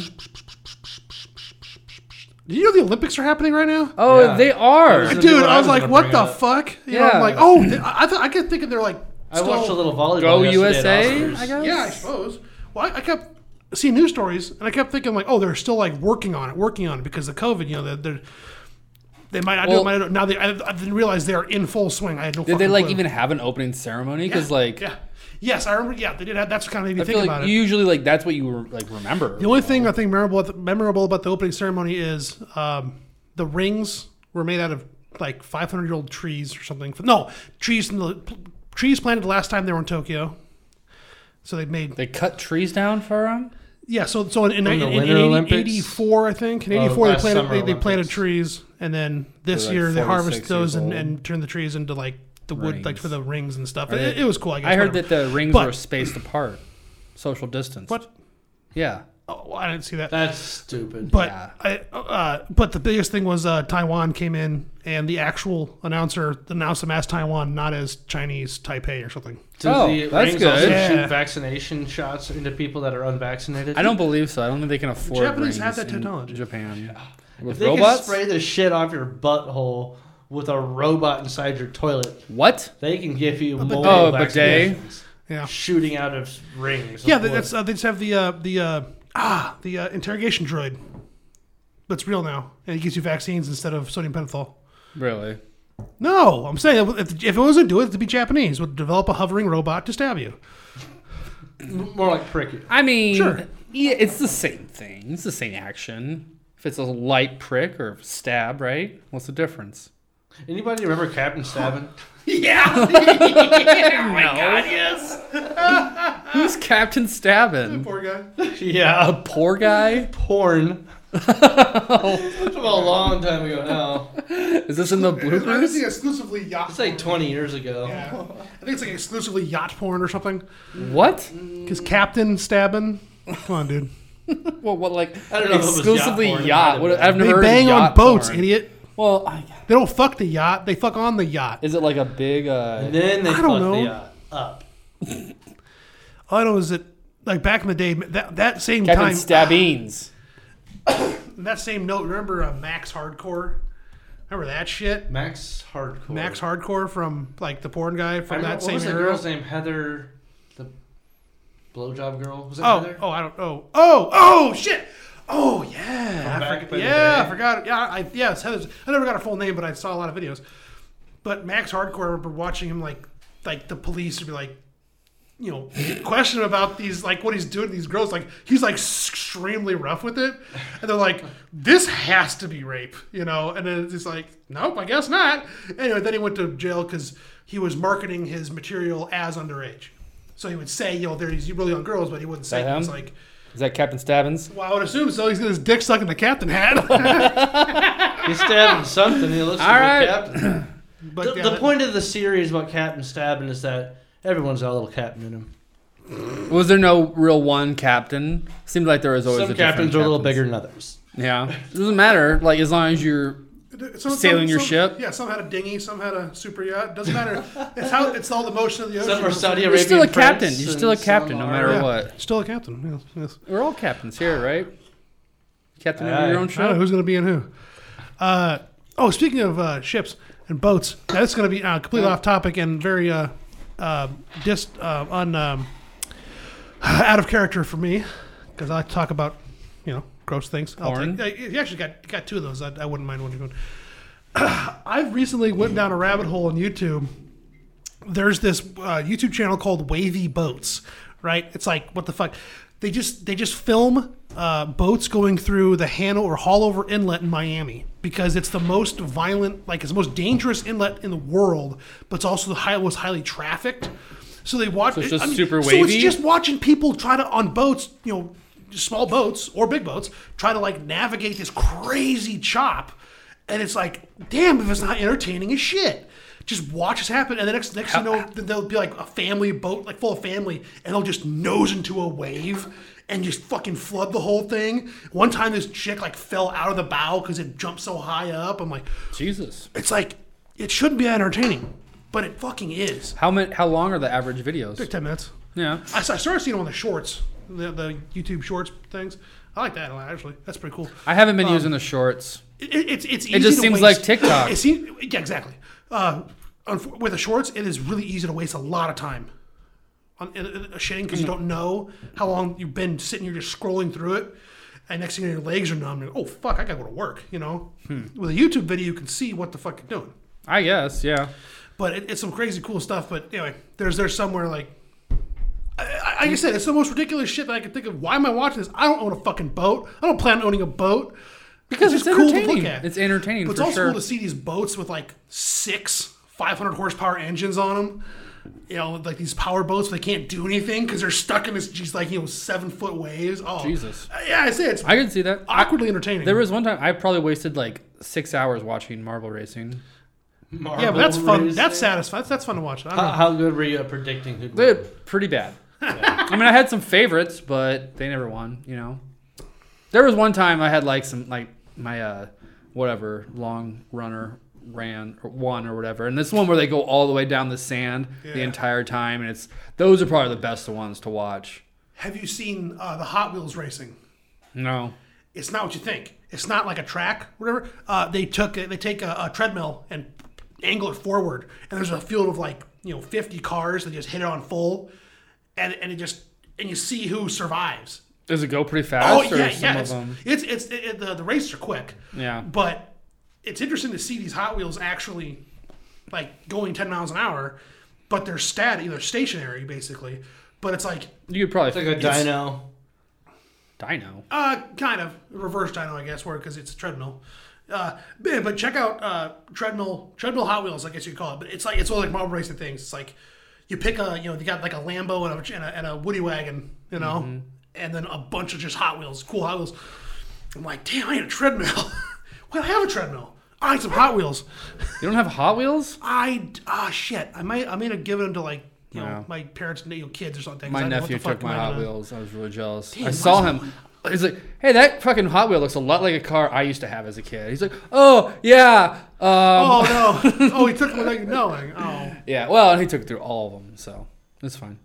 do you know the Olympics are happening right now?
Oh,
Yeah.
they are.
There's-
Dude,
what
I
I
was
was
like,
gonna
what
bring
the
up.
fuck? You know, I'm
Yeah.
like, oh, th- I, I, th- I kept thinking they're like.
I watched a
still-
little volleyball.
Go
yesterday at
USA,
Oscars.
I guess.
Yeah, I suppose. Well, I, I kept seeing news stories, and I kept thinking like, oh, they're still like working on it, working on it because of COVID. You know, they're, they're they might not do it.
Well-
Might not do it. Now they, I, I didn't realize they are in full swing. I had no.
Did they
fucking
like
clue.
even have an opening ceremony? Because
Yeah,
like,
yeah, yes, I remember. Yeah, they did. Have, that's what kind of made me
I
think
feel
about
like
it.
usually like that's what you re- like remember.
The only thing I think memorable memorable about the opening ceremony is um, the rings were made out of like 500 year old trees or something. No, trees from the trees planted the last time they were in Tokyo. So they made
They cut trees down for him.
Yeah, so so in, in,
From the
in, in
Winter
80
Olympics?
84, I think in
Oh,
84 they
last
planted
summer
they, they planted
Olympics.
trees, and then this
They're like
year they
46
harvest
years
those and,
old.
and turn the trees into like the wood, like
Rings.
for the rings and stuff.
Are
It,
they-
it was cool. I guess
I heard
whatever.
that the rings
But-
were spaced apart, social distance.
What?
Yeah,
Oh, I didn't see that.
That's stupid.
But
Yeah.
I, uh, but the biggest thing was uh, Taiwan came in, and the actual announcer announced them as Taiwan, not as Chinese Taipei or something.
Do
Oh,
the
that's
rings also
good. Yeah.
shoot vaccination shots into people that are unvaccinated?
I don't believe so. I don't think they can afford.
Japanese
rings
have that
in
technology.
Japan.
If
With
they
robots?
can spray the shit off your butthole with a robot inside your toilet,
what?
they can give you more
Oh, a bidet?
vaccinations.
Yeah,
Shooting out of rings.
yeah.
of
They,
wood.
that's uh, they just have the uh, the uh, ah the uh, interrogation droid, that's real now, and it gives you vaccines instead of sodium pentothal.
Really?
No, I'm saying if, if it wasn't do it, it'd be Japanese. Would develop a hovering robot to stab you.
M- more like cricket.
I mean,
Sure.
yeah, it's the same thing. It's the same action. If it's a light prick or stab, right? What's the
*laughs*
difference?
Anybody remember
*laughs*
Captain Seven?
Oh my god, yes. *laughs* Who's Captain Stabbin?
Poor *laughs* guy.
yeah,
Poor guy? *laughs*
porn. That's about a long time ago now.
Is this in the
*laughs*
bloopers?
exclusively yacht.
It's like 20 years ago.
I think it's like exclusively yacht porn or something.
What?
Because Captain Stabbing. Come on, dude.
Well, what like
I don't know if it was
exclusively
yacht porn, it
yacht?
might
What,
have
I've never
They
heard
bang
of
on
yacht
boats,
porn.
idiot.
Well, I,
They don't fuck the yacht. They fuck on the yacht.
is it like a big? uh
And then they
I
fucked
don't know.
the uh, up.
All I know is that, like back in the day, that that same
Captain
time, *sighs*
Stabbings.
that same note. Remember uh, Max Hardcore? Remember that shit?
Max Hardcore.
Max Hardcore from like the porn guy
I
from
remember,
that
what
same
was the
era.
girl's name? Heather, the blowjob girl. Was it
Oh,
Heather? *laughs*
oh, I don't. Oh, oh, oh, shit. Oh yeah,
From
I
back
forg-
in the
yeah,
day.
I forgot. Yeah, I yeah, it's Heather's. I never got her full name, but I saw a lot of videos. But Max Hardcore, I remember watching him like, like the police would be like, you know, question him about these like what he's doing to these girls. Like he's like extremely rough with it, and they're like, this has to be rape, you know. And then it's like, nope, I guess not. Anyway, then he went to jail because he was marketing his material as underage. So he would say, you know, there he's really on girls, but he wouldn't say
That
he was
him?
like.
Is that Captain Stabbins?
Well, I would assume so. He's got his dick stuck in the captain hat.
He's stabbing something. He looks
All
like
right.
a captain.
*laughs* *coughs* but
The,
yeah,
the
that-
point of the series about Captain Stabbing is that everyone's got a little captain in him.
Was there no real one captain? Seemed like there was always
Some
a different
captains are a little
captains.
bigger than others.
Yeah, it doesn't matter. Like as long as you're
some-
sailing your ship?
Yeah, some had a dinghy, some had a super yacht. Doesn't matter. it's how it's all the motion of the ocean.
Some are Saudi
You're
Arabian.
still a
prince,
captain. You're
and
still a
some
captain, no
are-
matter
Yeah.
what.
Still a captain. Yes, yes.
We're all captains here, right? Captain of
Aye.
your own
I don't know
ship.
who's going to be in who. Uh, oh, speaking of uh, ships and boats, that's going to be uh, completely off topic and very uh, uh, dis uh, un, um, out of character for me because I like to talk about you know gross things. I'll
Porn?
take, uh, you actually got got two of those. I, I wouldn't mind one of you. *clears throat* I've recently went down a rabbit hole on YouTube. There's this uh, YouTube channel called Wavy Boats, right? It's like what the fuck? They just they just film uh, boats going through the Hanover or Hallover Inlet in Miami because it's the most violent, like it's the most dangerous inlet in the world, but it's also the high, most highly trafficked. So they watch. So
it's just super
So it's
wavy?
just watching people try to on boats, you know, small boats or big boats, try to like navigate this crazy chop, and it's like, damn, if it's not entertaining as shit. Just watch this happen, and the next next thing you know, th- there'll be like a family boat, like full of family, and they'll just nose into a wave and just fucking flood the whole thing. One time, this chick like fell out of the bow because it jumped so high up. I'm like,
Jesus.
it's like it shouldn't be that entertaining, but it fucking is.
How many? How long are the average videos?
Like ten minutes.
Yeah.
I, s- I started seeing them on the shorts, the, the YouTube shorts things. I like that a lot, actually. That's pretty cool.
I haven't been using the shorts.
It, it- it's it's easy
just
to
seems
waste-
like TikTok.
It seems yeah, exactly. Uh, unf- with the shorts, it is really easy to waste a lot of time on in, in- shitting because you
Mm.
don't know how long you've been sitting. You're just scrolling through it, and next thing you know, your legs are numb. You're, oh fuck, I gotta go to work. You know,
Hmm.
with a YouTube video, you can see what the fuck you're doing.
I guess. Yeah.
But it, it's some crazy cool stuff. But anyway, there's there's somewhere like. I- I- Like I said, it's the most ridiculous shit that I can think of. Why am I watching this? I don't own a fucking boat. I don't plan on owning a boat.
Because it's,
just
entertaining. It's entertaining
But it's
for
also
sure.
cool to see these boats with like six 500 horsepower engines on them. You know, like these power boats, they can't do anything because they're stuck in this, these like you know seven foot waves. Oh
Jesus.
Yeah, I say it's
I can see that.
awkwardly entertaining.
There was one time I probably wasted like six hours watching marble racing.
yeah, but that's
Marble
fun.
Racing.
That's satisfying. That's fun to watch. I don't
How,
know.
Uh, how good were you at predicting who?
*laughs* They're pretty bad. I mean, I had some favorites, but they never won. You know. There was one time I had like some like my uh whatever long runner ran or one or whatever, and this one where they go all the way down the sand the
Yeah.
entire time, and it's those are probably the best ones to watch.
Have you seen uh, the Hot Wheels racing?
No,
It's not what you think. It's not like a track, whatever. Uh, they took they take a, a treadmill and angle it forward, and there's a field of like you know 50 cars that just hit it on full, and and it just and you see who survives.
does it go pretty
Oh
fast? or
yeah,
some
yeah.
of
It's
them?
it's, it's it, it- the the races are quick.
Yeah.
But it's interesting to see these Hot Wheels actually like going 10 miles an hour, but they're stat they're stationary basically. But it's like
You could probably
It's like a dyno.
dino.
Uh, kind of reverse dyno, I guess, where because it's a treadmill. Uh, man, but check out uh, treadmill treadmill Hot Wheels, I guess you call it. But it's like it's all like model racing things. It's like you pick a you know you got like a Lambo and a and a, and a Woody wagon, you know,
Mm-hmm.
and then a bunch of just Hot Wheels, cool Hot Wheels. I'm like, damn, I need a treadmill. *laughs* well, I have a treadmill. I need some Hot Wheels.
You don't have Hot Wheels?
I ah shit. I might I might have given them to like you
Yeah.
know my parents and you know, kids or something. 'cause
My
I know what
nephew
the fuck
took
am
my
I
Hot
gonna-
Wheels. I was really jealous. I
why's
saw him. He's like, "Hey, that fucking Hot Wheel looks a lot like a car I used to have as a kid." He's like, "Oh yeah, um,
Oh no! Oh, he took them without you knowing. Oh.
yeah." Well, and he took through all of them, so it's fine.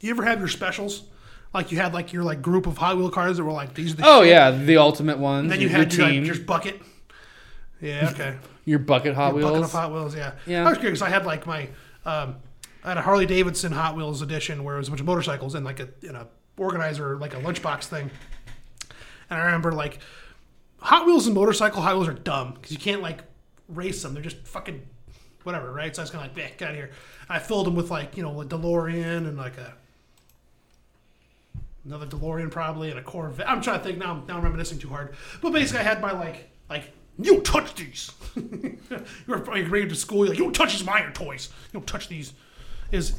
You ever have your specials? Like you had like your like group of Hot Wheel cars that were like these are the
Oh
shit.
yeah, the ultimate ones.
And then you
your,
had
your
your,
team,
like, your bucket. Yeah, okay.
your bucket Hot
Your bucket
Wheels.
of Hot Wheels, yeah.
Yeah.
I was curious. I had like my um, I had a Harley Davidson Hot Wheels edition where it was a bunch of motorcycles and like a in a organizer like a lunchbox thing. And I remember like Hot Wheels and motorcycle Hot Wheels are dumb because you can't like race them. They're just fucking whatever, right? So I was kind of like, eh, get out of here. I filled them with like you know a DeLorean and like a another DeLorean probably and a Corvette. I'm trying to think now. I'm, now I'm reminiscing too hard. But basically, I had my like like you touch these. *laughs* you were probably ready to school. You're like you don't touch these minor toys. You don't touch these. Is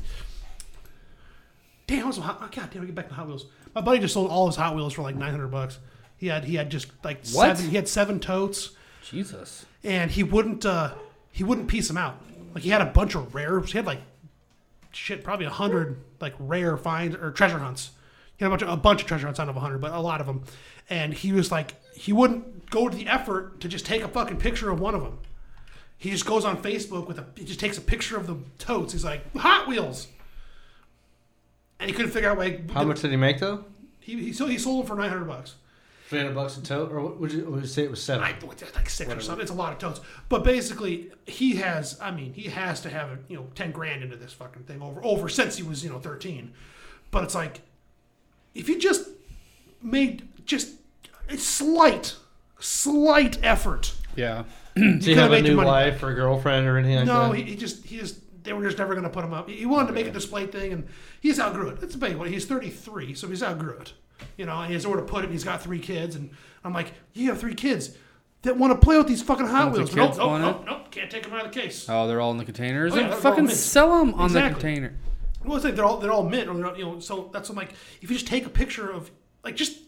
damn. I was hot, oh, God damn. I get back to Hot Wheels. My buddy just sold all his Hot Wheels for like 900 bucks. He had he had just like
What?
seven. He had seven totes
Jesus.
and he wouldn't uh, he wouldn't piece them out. Like he had a bunch of rare. He had like shit, probably a hundred like rare finds or treasure hunts. He had a bunch of a bunch of treasure hunts, not of a hundred, but a lot of them. And he was like, he wouldn't go to the effort to just take a fucking picture of one of them. He just goes on Facebook with a he just takes a picture of the totes. He's like Hot Wheels, and he couldn't figure out like
How much did he make though?
he he sold, he sold them for nine hundred bucks.
Three hundred bucks a tote, or what would you, would you say it was seven?
I what, that's like six or something. It's a lot of totes. But basically, he has. I mean, he has to have you know ten grand into this fucking thing over over since he was you know thirteen. But it's like if you just made just a slight slight effort.
Yeah.
Did he
could've
have a
made your
new
money.
wife or girlfriend or anything like
No,
that?
he, he just he just they were just never going to put him up. He wanted to make a display thing, and he's outgrew it. That's the big one. He's 33, so he's outgrew it. You know, and he has nowhere to put it. And he's got three kids, and I'm like, you have three kids that want to play with these fucking Hot
Don't the
Wheels.
kids
Nope, nope,
want
nope, nope, oh, can't take them out of the case.
Oh, they're all in the containers.
Oh, yeah,
Then
they're all
fucking
mint.
sell them on the
Exactly.
container.
Well, it's like they're all they're all mint, or they're all, you know. So that's what I'm like, if you just take a picture of like just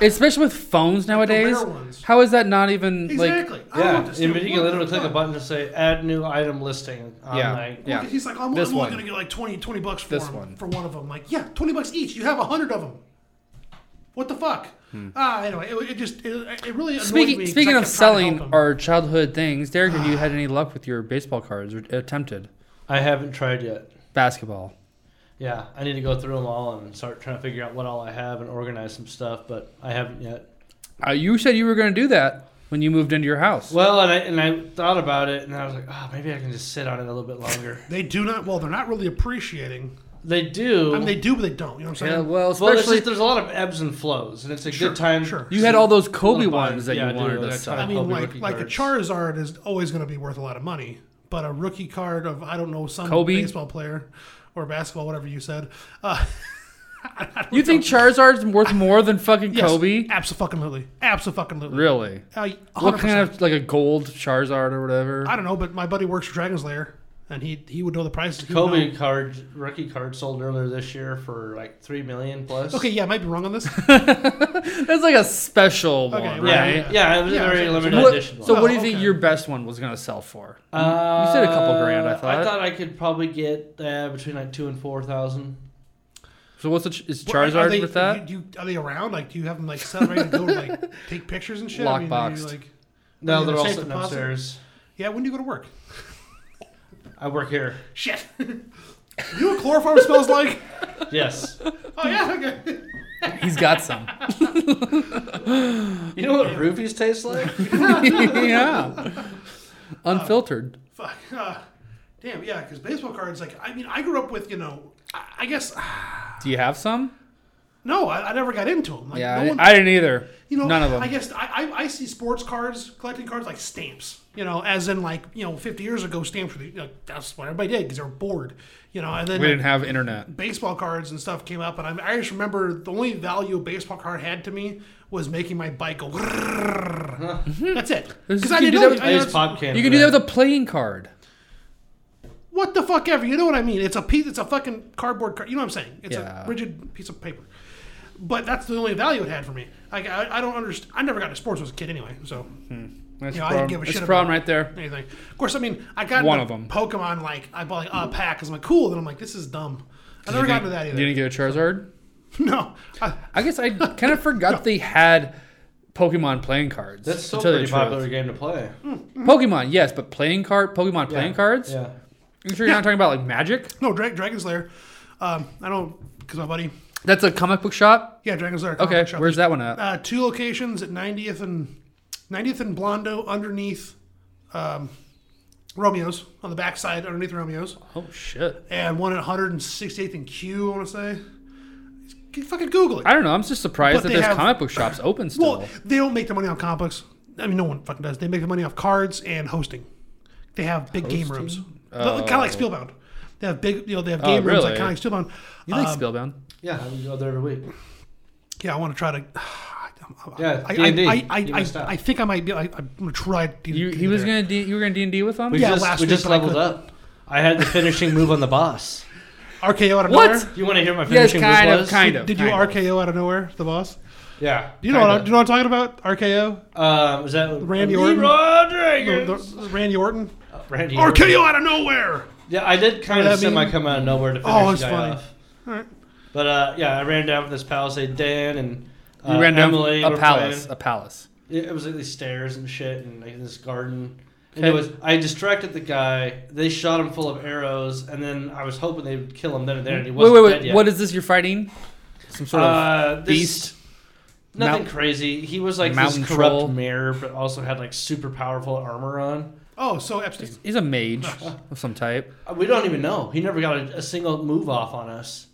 Especially with phones nowadays.
rare ones.
How is that not even like?
exactly, I don't
yeah,
want this
and
to-
you
what
can literally
the
click a
fuck?
button to say add new item listing. On,
Yeah.
like,
Yeah.
Well, He's like, I'm, I'm
This
only
one.
going to get like 20, 20 bucks for
This
'em-
one.
for one of them. Like, yeah, 20 bucks each. You have 100 of them. What the fuck?
Hmm.
Ah, anyway, it, it just, it, it really annoyed
Speaking
me 'cause
speaking
I
of
kept trying to help
selling
him.
our childhood things, Derek,
*sighs*
have you had any luck with your baseball cards or attempted
I haven't tried yet.
basketball?
Yeah, I need to go through them all and start trying to figure out what all I have and organize some stuff, but I haven't yet.
Uh, you said you were going to do that when you moved into your house.
Well, and I and I thought about it, and I was like, oh, maybe I can just sit on it a little bit longer.
They do not, well, they're not really appreciating.
they do.
I mean, they do, but they don't. You know what I'm
yeah,
saying?
well,
well, there's,
especially
just, there's a lot of ebbs and flows, and it's a
Sure,
good time.
sure.
you had all those Kobe
Wanna buy-
ones that
yeah, I
you
do,
wanted
I
to
got
sell.
time.
I mean,
Kobe
like,
rookie
like a
cards.
Charizard is always going to be worth a lot of money, but a rookie card of, I don't know, some
Kobe?
baseball player or basketball, whatever you said. Uh, *laughs*
You think Charizard's worth more than fucking
yes,
Kobe?
Absolutely. Absolutely.
Really?
Uh,
What
100%.
kind of like a gold Charizard or whatever?
I don't know, but my buddy works for Dragon's Lair, and he he would know the prices. He would
Kobe
know.
card rookie card sold earlier this year for like three million plus.
Okay, yeah, I might be wrong
*laughs*
on this.
That's like a special
Okay,
one,
right,
Yeah,
right?
yeah,
yeah.
it was
Yeah,
a very
so-
limited
What-
edition.
so
one.
Oh,
what do you think
okay.
your best one was gonna sell for?
Uh,
said a couple grand, I thought.
I thought I could probably get uh, between like two and four thousand.
So what's the ch- is
Well, are-
Charizard
are they,
with that?
Do you, are they around? Like, do you have them like set ready to go to
*laughs*
like take pictures and shit? I mean, are you,
Lockboxed.
like,
No,
Yeah,
they're all
safe
sitting
deposit.
upstairs.
yeah, when do you go to work?
I work here.
Shit. *laughs* you know what chloroform
*laughs*
smells like?
Yes.
Oh yeah. Okay. *laughs*
He's got some.
*laughs* you know what rubies taste like?
*laughs* yeah. Unfiltered.
Fuck. Uh, damn. Yeah. Because baseball cards, like, I mean, I grew up with, you know, I, I guess.
Do you have some?
No, I, I never got into them. Like,
Yeah,
no
I,
one-
I didn't either.
you know,
none of them.
I guess I, I, I see sports cards, collecting cards like stamps. You know, as in like you know, 50 years ago, stamps were the, you know, that's what everybody did because they were bored. You know, and then
we didn't have internet.
baseball cards and stuff came up, and I, I just remember the only value a baseball card had to me was making my bike go. *laughs* that's it.
There's-
Because I
Uh-huh. you
didn't
do
know.
that
*laughs* I
I
use
just,
pop can.
You
for
can do that with a playing card.
what the fuck ever. You know what I mean? It's a piece. It's a fucking cardboard card. You know what I'm saying? It's
Yeah.
a rigid piece of paper. But that's the only value it had for me. Like, I, I don't understand. I never got into sports as a kid anyway, so.
That's
Yeah,
a
I
problem.
didn't give a
That's
shit
a problem
about-
right there.
anything. Of course, I mean, I got
One
into
of 'em.
Pokemon. Like I bought like a pack because I'm like cool. Then I'm like, this is dumb. I never
You
got
didn't-
into that
You
either.
didn't get a Charizard?
*laughs* No, I,
I guess I kind of forgot they had Pokemon playing cards.
That's
to
still a
tell you
pretty
the
popular
truth.
game to play.
Pokemon, yes, but playing card, Pokemon playing
Yeah.
cards.
Hmm. Yeah.
You sure you're not talking about like Magic?
no Dra- Dragon Slayer. Um, I don't because my buddy.
That's a comic book shop.
Yeah, Dragon Slayer.
Okay, where's that one at?
Uh, two locations at 90th and 90th and Blondo underneath um, Romeo's on the backside underneath Romeo's,
Oh shit!
and one at 168th and Q. I want to say. Just Fucking Google it.
I don't know. I'm just surprised
But
that
they
there's
have-
comic book shops open still.
Well, they don't make their money off comic books. I mean, no one fucking does. They make their money off cards and hosting. They have big game
Hosting? Oh.
rooms, kind of like Spielbound. They have big, you know, they have game rooms like
really?
kind of like Spielbound.
you like
Um,
Spellbound?
Yeah, I would go there every week.
yeah, I want to *sighs* try to.
Yeah,
I,
D&D.
I, I,
You
I, I,
missed out.
I think I might be. Like, I'm gonna try. D-
You he was gonna D, you were gonna D and D with them.
We
Yeah,
just,
last
we
week,
just
but I
leveled
couldn't.
up. I had the finishing move on the boss.
RKO out of
What?
nowhere.
You want to hear my
Yes,
finishing
kind
move
of,
was?
kind of.
Did you
kind of.
RKO out of nowhere the boss?
Yeah.
Do you know what? I, do you know what I'm talking about? RKO.
Uh, was that
Randy Orton?
Leroy
The-
Dragons?
the- Randy Orton.
Randy Orton.
RKO out of nowhere.
Yeah, I did kind
What
of
does that mean?
semi come out of nowhere to finish
Oh,
the
it's
guy
funny.
off.
Alright.
But uh, yeah, I ran down from this Palisade Dan and uh,
You ran down
Emily
a
were
palace,
playing.
a palace.
It, it was like these stairs and shit and like this garden. And
Okay.
it was I distracted the guy. They shot him full of arrows, and then I was hoping they would kill him then and there. And he
Wait,
wasn't
wait,
dead
wait.
yet.
What is this? You're fighting some sort of
uh, this-
beast?
Nothing
Mount-
crazy. He was like
Mountain
this corrupt
troll?
mayor, but also had like super powerful armor on.
Oh, so Epstein.
He's a mage of some type.
Uh, We don't even know. He never got a, a single move off on us,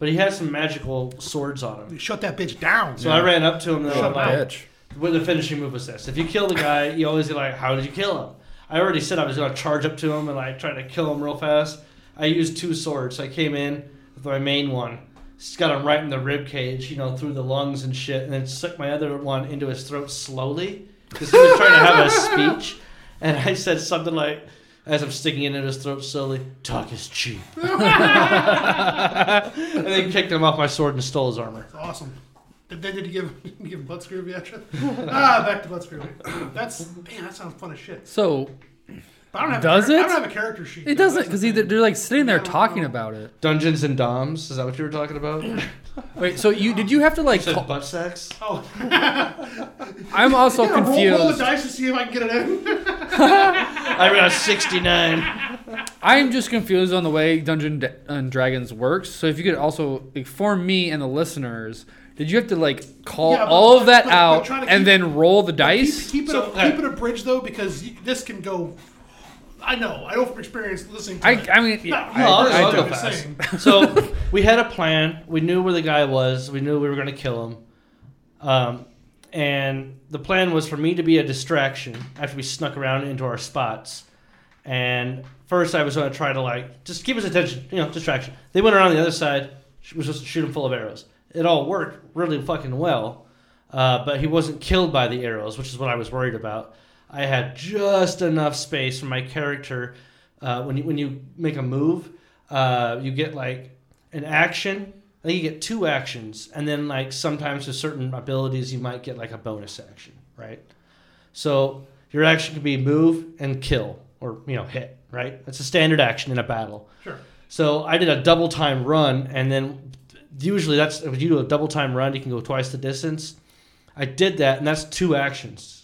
but he had some magical swords on him.
Shut that bitch down.
So I ran up to him. And
Shut
I'm
up,
like,
Bitch.
with the finishing move was this. If you kill the guy, you always get like, how did you kill him? I already said I was gonna charge up to him and like try to kill him real fast. I used two swords. I came in with my main one. Just got him right in the rib cage, you know, through the lungs and shit, and then sucked my other one into his throat slowly because he was trying to have a speech. And I said something like, as I'm sticking it in his throat slowly, talk is cheap. and then kicked him off my sword and stole his armor.
Awesome. Did, did, did you give *laughs* did you give butt screw reaction? *laughs* ah, back to butt screw. That's man, that sounds fun as shit.
So
But I don't have
Does
a, char-
it?
I don't have a character sheet.
it doesn't because they're they're, like sitting there
I don't
talking
know.
about it.
Dungeons and Doms, is that what you were talking about?
Wait, so you did you have to like?
Said
Call,
butt sex?
Oh,
I'm also
*laughs* yeah, roll, roll the
confused.
dice to see if I can get it in. *laughs*
I ran 69.
I'm just confused on the way Dungeon D- and Dragons works. So if you could also inform me and the listeners, did you have to like call
Yeah, but-
all of that
but- but
out
try to
and
keep-
then roll the
Keep,
dice?
keep it
So,
a,
okay.
keep it abridged though, because you, this can go. I know. I know from experience listening. To
I
it.
I mean,
Not
I-
no, I'll
real,
just-
I
I'll
but
go
don't-
I'm just
fast.
saying.
So we had a plan. We knew where the guy was. We knew we were going to kill him. Um, and the plan was for me to be a distraction after we snuck around into our spots. And first, I was going to try to like just keep his attention, you know, distraction. They went around the other side. She was supposed to shoot him full of arrows. It all worked really fucking well, uh, but he wasn't killed by the arrows, which is what I was worried about. I had just enough space for my character. Uh, when you when you make a move, uh, you get like an action. I think you get two actions, and then like sometimes with certain abilities, you might get like a bonus action, right? So your action could be move and kill, or you know hit, right? That's a standard action in a battle.
Sure.
So I did a double time run, and then usually that's if you do a double time run, you can go twice the distance. I did that, and that's two actions.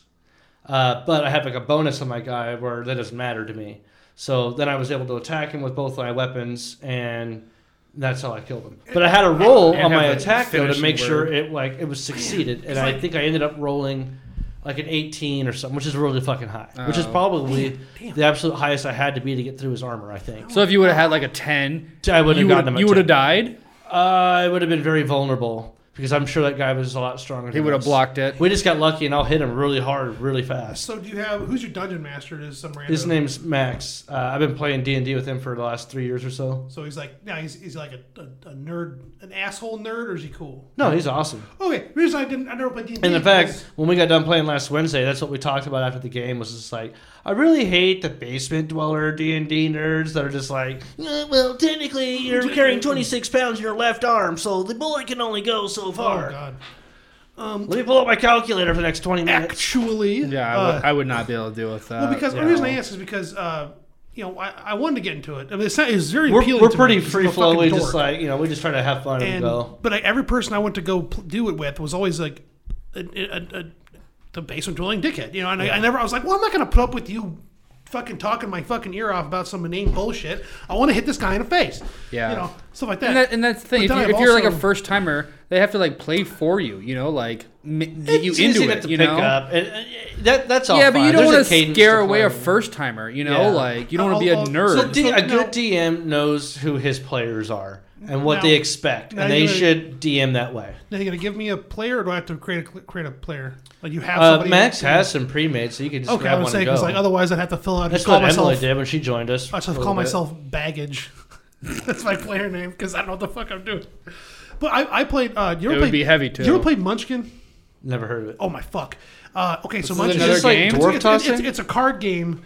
Uh, but I have like a bonus on my guy where that doesn't matter to me. So then I was able to attack him with both my weapons, and that's how I killed him. But I had a roll
And
on
have
my
the
attack though to
finishing
make sure
word.
it like it was succeeded, and I think I ended up rolling like an 18 or something, which is really fucking high, which is
Oh.
probably the absolute highest I had to be to get through his armor. I think
So if you would have had like a ten,
I would
you would
have gotten him.
have
a
you would
10.
have died.
Uh, I would have been very vulnerable because I'm sure that guy was a lot stronger.
He
than
would have
us.
blocked it.
We just got lucky, and I'll hit him really hard, really fast.
So do you have who's your dungeon master? Is some random?
His name's Max. Uh, I've been playing D and D with him for the last three years or so.
So he's like, now he's, he's like a, a, a nerd, an asshole nerd, or is he cool?
No, he's awesome.
Okay, the reason I didn't, I never played D and
And in fact, when we got done playing last Wednesday, that's what we talked about after the game. Was just like, I really hate the basement dweller D and D nerds that are just like, "Uh, well, technically you're carrying 26 pounds in your left arm, so the bullet can only go so
oh
far.
god,
Let me pull up my calculator for the next
*laughs*
20 minutes.
actually,
Yeah, I
uh,
would- I would not be able to deal with that.
well, because
yeah.
the reason I asked is because. Uh, you know, I, I wanted to get into it. I mean, it's not. It's very
we're,
appealing.
we're
to
pretty
me 'cause I'm a
free flow.
fucking
We just
dork.
like you know we just try to have fun and,
and
go.
but I, every person I went to go pl- do it with was always like a, a, a, the basement dwelling dickhead, you know. And I, I never, I was like, well, I'm not gonna put up with you fucking talking my fucking ear off about some inane bullshit. I want to hit this guy in the face,
Yeah.
you know, stuff like
and, that, and that's the thing. If,
But then
you, if
I've
you're like a
also-
first timer, they have to like play for you. You know, like m- get you
It's easy
into
to
it.
to
You
pick
know.
up. And, and that, that's all.
Yeah, but you
fine.
don't
There's
want to
cadence
scare
to
away a
playing.
first timer. You know,
Yeah.
like you don't want to be
I'll-
a
I'll-
nerd.
So D,
So
a good
no-
DM knows who his players are and what
Now-
they expect,
now
and they
you're-
should DM that way.
Now you gonna give me a player, or do I have to create a create a player? Like you have
Uh,
somebody.
Max has some pre-made, so you can just
Okay, I
grab
would
one
say
and go.
because like otherwise I'd have to fill out.
that's
call
what
myself,
Emily did when she joined us.
I should
for a
call
little bit.
myself baggage. *laughs* That's my player name because I don't know what the fuck I'm doing. But I, I played. Uh, you
it
ever
would
played?
be heavy
you ever
too.
played Munchkin?
Never heard of it.
Oh my fuck. Uh, okay, so
is
Munchkin.
another
Is this like
game?
dwarf
it's, it's,
tossing?
it's, it's a card game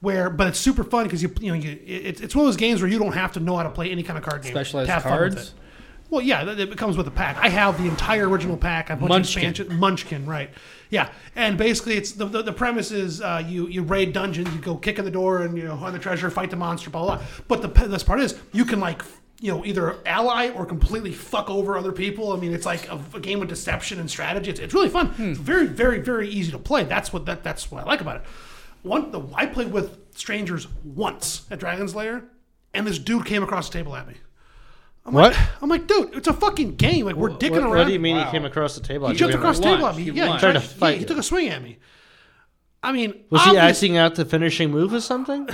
where, but it's super fun because you you know you, it, it's one of those games where you don't have to know how to play any kind of card game.
Specialized
to have fun with
cards?
it. Well, yeah, that- it comes with a pack. I have the entire original pack. I put
Munchkin.
expansion. Munchkin, right? Yeah, and basically it's the the, the premise is uh, you you raid dungeons, you go kick in the door and you know hunt the treasure, fight the monster, blah blah. blah. But the pe- best part is you can like. You know, either ally or completely fuck over other people. I mean, it's like a, a game of deception and strategy. It's, it's really fun. It's very, very, very easy to play. That's what that, that's what I like about it. One, the, I played with strangers once at Dragon's Lair, and this dude came across the table at me. Oh
what?
I'm like, dude, it's a fucking game. Like we're dicking
What,
around.
what do you mean
Wow.
he came across the table?
He jumped across the table at
lunch.
me.
He
yeah, he
lunched.
tried
Tried to
yeah,
fight
he
you.
took a swing at me. I mean,
Was he
obvious-
acting out the finishing move or something?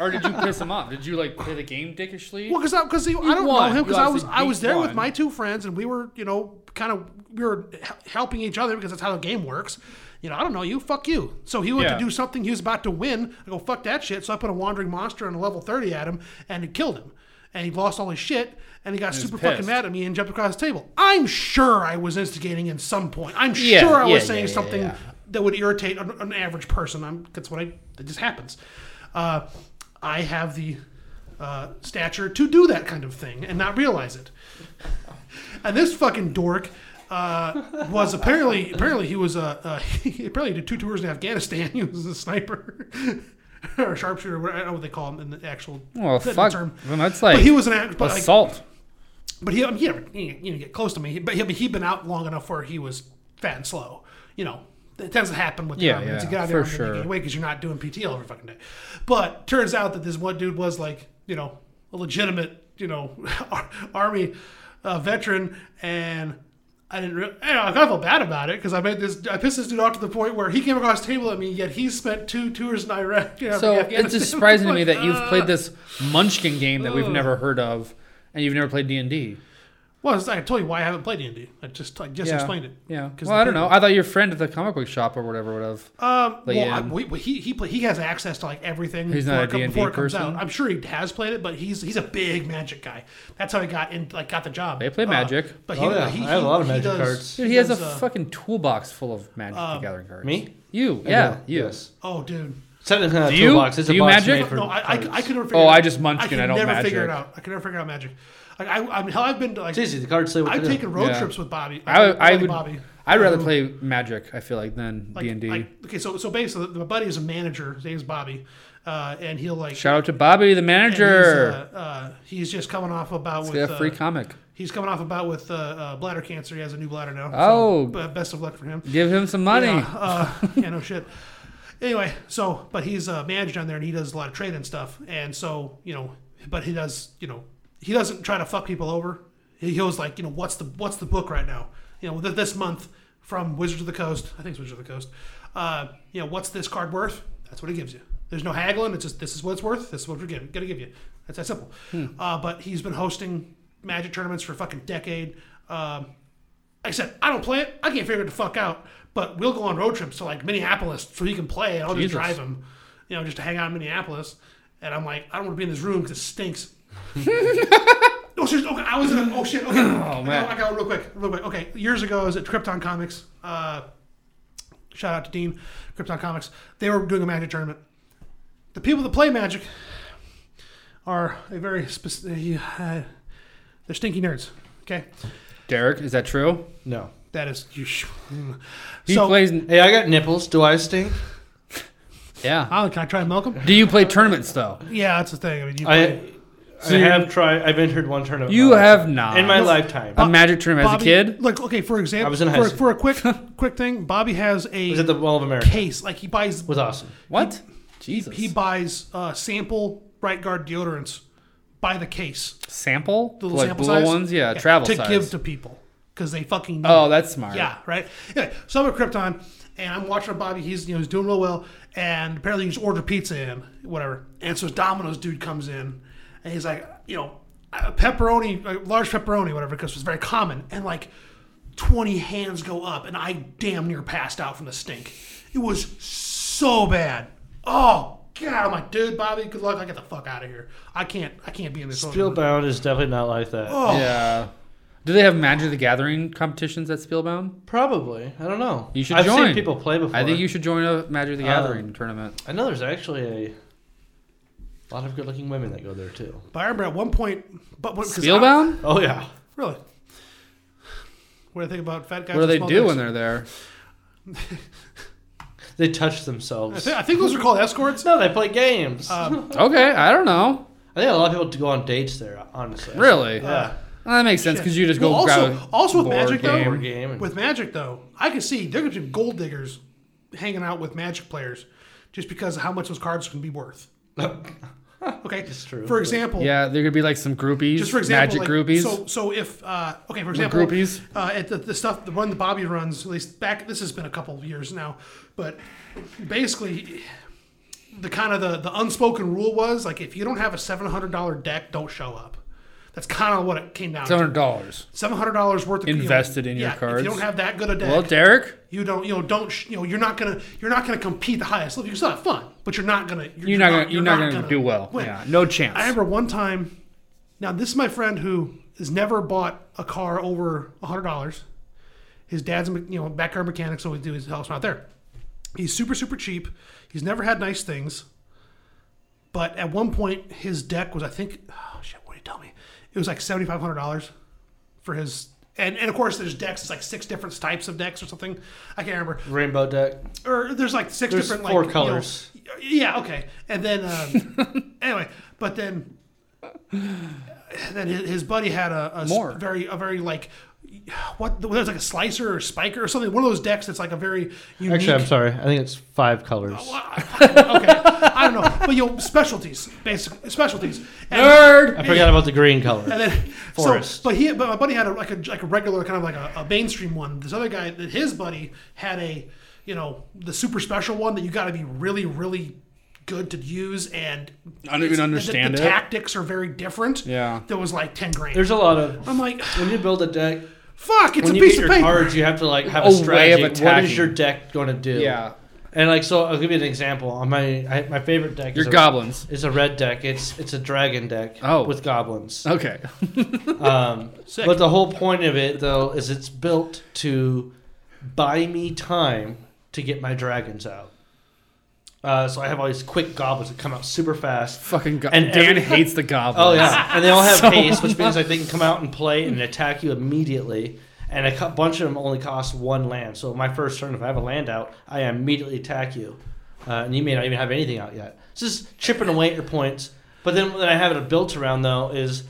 or did you piss him off? Did you like play the game dickishly?
Well, because because I don't
won.
know him because
You
I was
obviously
I was
beat
there with
one.
my two friends and we were you know kind of we were h- helping each other because that's how the game works. You know, I don't know you. Fuck you. So he went
Yeah.
to do something. He was about to win. I go fuck that shit. So I put a wandering monster on a level thirty at him and it killed him. And he lost all his shit. And he got super fucking
pissed.
mad at me and jumped across the table. I'm sure I was instigating in some point. I'm
Yeah,
sure I
yeah,
was
yeah,
saying
yeah,
something
yeah.
that would irritate an, an average person. I'm, that's what I. It just happens. Uh, I have the uh, stature to do that kind of thing and not realize it. *laughs* And this fucking dork uh, was apparently apparently he was a *laughs* uh, he apparently did two tours in Afghanistan. *laughs* He was a sniper. *laughs* or a sharpshooter, what- I don't know what they call him in the actual
Well,
technical
fuck.
term.
Well, that's like
but he was an act- but, like,
assault.
but he, I mean, he never, he didn't get close to me. But he, but he'd been out long enough where he was fat and slow. You know, it tends to happen with the
Yeah,
army.
yeah,
It's you get out of the
for
army and you
sure.
gain weight because you're not doing PTL every fucking day. But turns out that this one dude was like, you know, a legitimate, you know, *laughs* ar- army uh, veteran, and I didn't. Re- I, know, I kind of felt bad about it because I made this, I pissed this dude off to the point where he came across the table at me. Yet he spent two tours in Iraq. You know,
So
Afghanistan. *laughs*
it's just surprising to me that you've
Uh,
played this Munchkin game that we've never heard of, and you've never played D and D.
Well, I told you why I haven't played D&D. I just, I just explained it.
Yeah.
'Cause
Well,
the
I don't
people-
know. I thought your friend at the comic book shop or whatever would have.
Um,
Like,
well, I,
um,
we, we- he he play, he has access to like everything.
He's
before
not a
it come-
D&D
before it comes
person?
out. I'm sure he has played it, but he's he's a big Magic guy. That's how he got in, like got the job.
They play
Uh,
Magic.
but
Oh, yeah. I have a lot of Magic cards.
Dude, he has a
does, uh,
fucking toolbox full of Magic the Gathering cards.
Me?
You? Yeah. You.
Yes.
Oh, dude.
Technically not a
Do you-
toolbox. It's
do
a
you
box
magic?
made for
no, I, I,
cards.
I could never figure.
Oh,
it out.
I just Munchkin,
could
I don't
never figure it
Magic.
out. I can never figure out Magic. Like, I, I, I mean, hell, I've been to, like
It's easy. The cards say what
I've
to do.
taken road
Yeah.
trips with Bobby.
I,
like,
I
buddy
would.
Bobby. Um,
I'd rather play Magic. I feel like than
Like-
D and D.
like- Okay, so so basically, my buddy is a manager. His name's Bobby, uh, and he'll like
Shout out to Bobby, the
and uh,
manager.
He's, uh, uh, he's just coming off about
Let's
with
get a free
uh,
comic.
He's coming off a bout with uh, uh, bladder cancer. He has a new bladder now. so,
Oh.
b- best of luck for him.
Give him some money.
Yeah, uh, yeah, no shit. Anyway, so but he's uh, managed on there and he does a lot of trade and stuff, and so you know, but he does you know he doesn't try to fuck people over. He goes like you know what's the what's the book right now? You know th- this month from Wizards of the Coast, I think it's Wizards of the Coast. Uh, you know what's this card worth? That's what it gives you. There's no haggling. It's just this is what it's worth. This is what we're giving, gonna give you. That's that simple. Uh, but he's been hosting Magic tournaments for a fucking decade. Um, I said, I don't play it. I can't figure it the fuck out. But we'll go on road trips to like Minneapolis so he can play. And I'll
Jesus.
just drive him, you know, just to hang out in Minneapolis. And I'm like, I don't want to be in this room because
*laughs*
it stinks. oh shit! Okay, I was in. A, oh shit!
*clears throat*
Okay. Oh
man.
I got it real quick, real quick. Okay, years ago, I was at Krypton Comics. Uh, shout out to Dean, Krypton Comics. They were doing a Magic tournament. The people that play Magic are a very specific. Uh, they're stinky nerds. Okay,
Derek, is that true?
No.
that is you. sh-
He
so,
plays.
Hey, I got nipples. Do I stink?
Yeah.
Alan, can I try and milk him?
Do you play tournaments though?
Yeah, that's the thing. I mean, you
I,
So
I
you-
have tried. I've entered one tournament. in
You
my life.
have Uh, not.
in my lifetime.
a magic tournament as a kid.
Look, okay, for example,
I was in high
for,
school.
for
*laughs*
a quick, quick thing, Bobby has a
was at the Mall of America.
case. Like he buys,
was awesome.
What? Jesus.
he buys uh, sample Bright Guard deodorants by the case,
sample.
the little
like
sample
little
size
ones. Yeah. Travel
to
size.
give to people because they fucking need
oh,
it.
that's smart.
Yeah, right. Anyway, so I'm at Krypton, and I'm watching Bobby. He's you know he's doing real well, and apparently you just order pizza in, whatever. And so this Domino's dude comes in, and he's like, you know, a pepperoni, a large pepperoni, whatever, because it's very common. And like, 20 hands go up, and I damn near passed out from the stink. It was so bad. Oh god, I'm like, dude, Bobby, good luck. I get the fuck out of here. I can't, I can't be in this. tournament."
Spielbound is definitely not like that.
Oh.
Yeah. Do they have Magic the Gathering competitions at Spielbound?
Probably. I don't know.
You should
I've
join.
seen people play before.
I think you should join a Magic the
Um,
Gathering tournament.
I know there's actually a lot of good-looking women that go there too.
But I remember at one point, but what, 'cause I-
Spielbound?
Oh yeah.
Really? What do you think about fat guys?
What do
with
they
small
do
dicks?
when they're there?
They touch
I
themselves.
thi- I think those are
*laughs*
called escorts.
No, they play games.
Um,
Okay, I don't know.
*laughs* I think a lot of people go on dates there. Honestly.
Really?
Yeah.
Well, that makes sense because you just go
Well, also,
grab a
also with
board
Magic
game.
Board game. and-
with Magic though, I can see there could be gold diggers hanging out with Magic players just because of how much those cards can be
*laughs*
worth. Okay,
It's true.
For example,
Yeah, there could be like some groupies,
just for example,
magic
like,
groupies.
So, so if uh, okay, for
The
example,
groupies.
uh, at the, the stuff the run that Bobby runs, at least back this has been a couple of years now, but basically the kind of the, the unspoken rule was like if you don't have a seven hundred dollar deck, don't show up. That's kind of what it came down
Seven
to.
hundred dollars.
Seven hundred dollars worth of you know,
Invested in your
yeah, If
cards.
you don't have that good a deck,
Well, Derek,
you don't you know don't sh- you know you're not gonna you're not gonna compete the highest level. You still have fun, but you're not gonna
you're, not gonna you're not, gonna, do well.
win.
Yeah, no chance.
I remember one time. Now this is my friend who has never bought a car over hundred dollars. His dad's a me- you know backyard mechanic, so we do his house out there. He's super super cheap. He's never had nice things. But at one point, his deck was I think oh shit, what did he tell me? It was like seventy five hundred dollars for his. And, and of course, there's decks. It's like six different types of decks or something. I can't remember
Rainbow deck.
or there's like six
There's
different
four
like you know-
colors.
yeah, okay. And then um, *laughs* anyway, but then and then his, his buddy had a, a s-
More.
very a very like what there's like a slicer or spiker or something. One of those decks that's like a very unique.
Actually, I'm sorry. I think it's five colors.
*laughs* okay, I don't know, but you know specialties, basic specialties. And- *laughs*
Nerd.
I forgot about the green color.
and then
Forest.
So, but he, but my buddy had a, like a like a regular kind of like a, a mainstream one. This other guy, that his buddy had a, you know, the super special one that you got to be really really good to use and
I don't
it's-
even
the-
understand
the,
it.
tactics are very different.
Yeah.
that was like ten grand.
There's a lot of
I'm like,
when you build a deck.
fuck, it's
When
a
you
piece
get
of
your
paper.
cards, you have to like
A
have a
way of
strategy. what
attacking.
is your deck going to do?
Yeah,
And like, so I'll give you an example. On my I, my favorite deck
you're
is, a,
goblins.
is a red deck. It's it's a dragon deck
Oh.
with goblins.
Okay. *laughs*
Um,
Sick.
but the whole point of it though is it's built to buy me time to get my dragons out. Uh, so I have all these quick goblins that come out super fast.
Fucking go-
And
and Dan
every-
hates the goblins.
Oh yeah, and they all have
So
haste, which means like they can come out and play and attack you immediately. And a cu- bunch of them only cost one land. So my first turn, if I have a land out, I immediately attack you, uh, and you may not even have anything out yet. It's just chipping away at your points. But then what I have it built around though is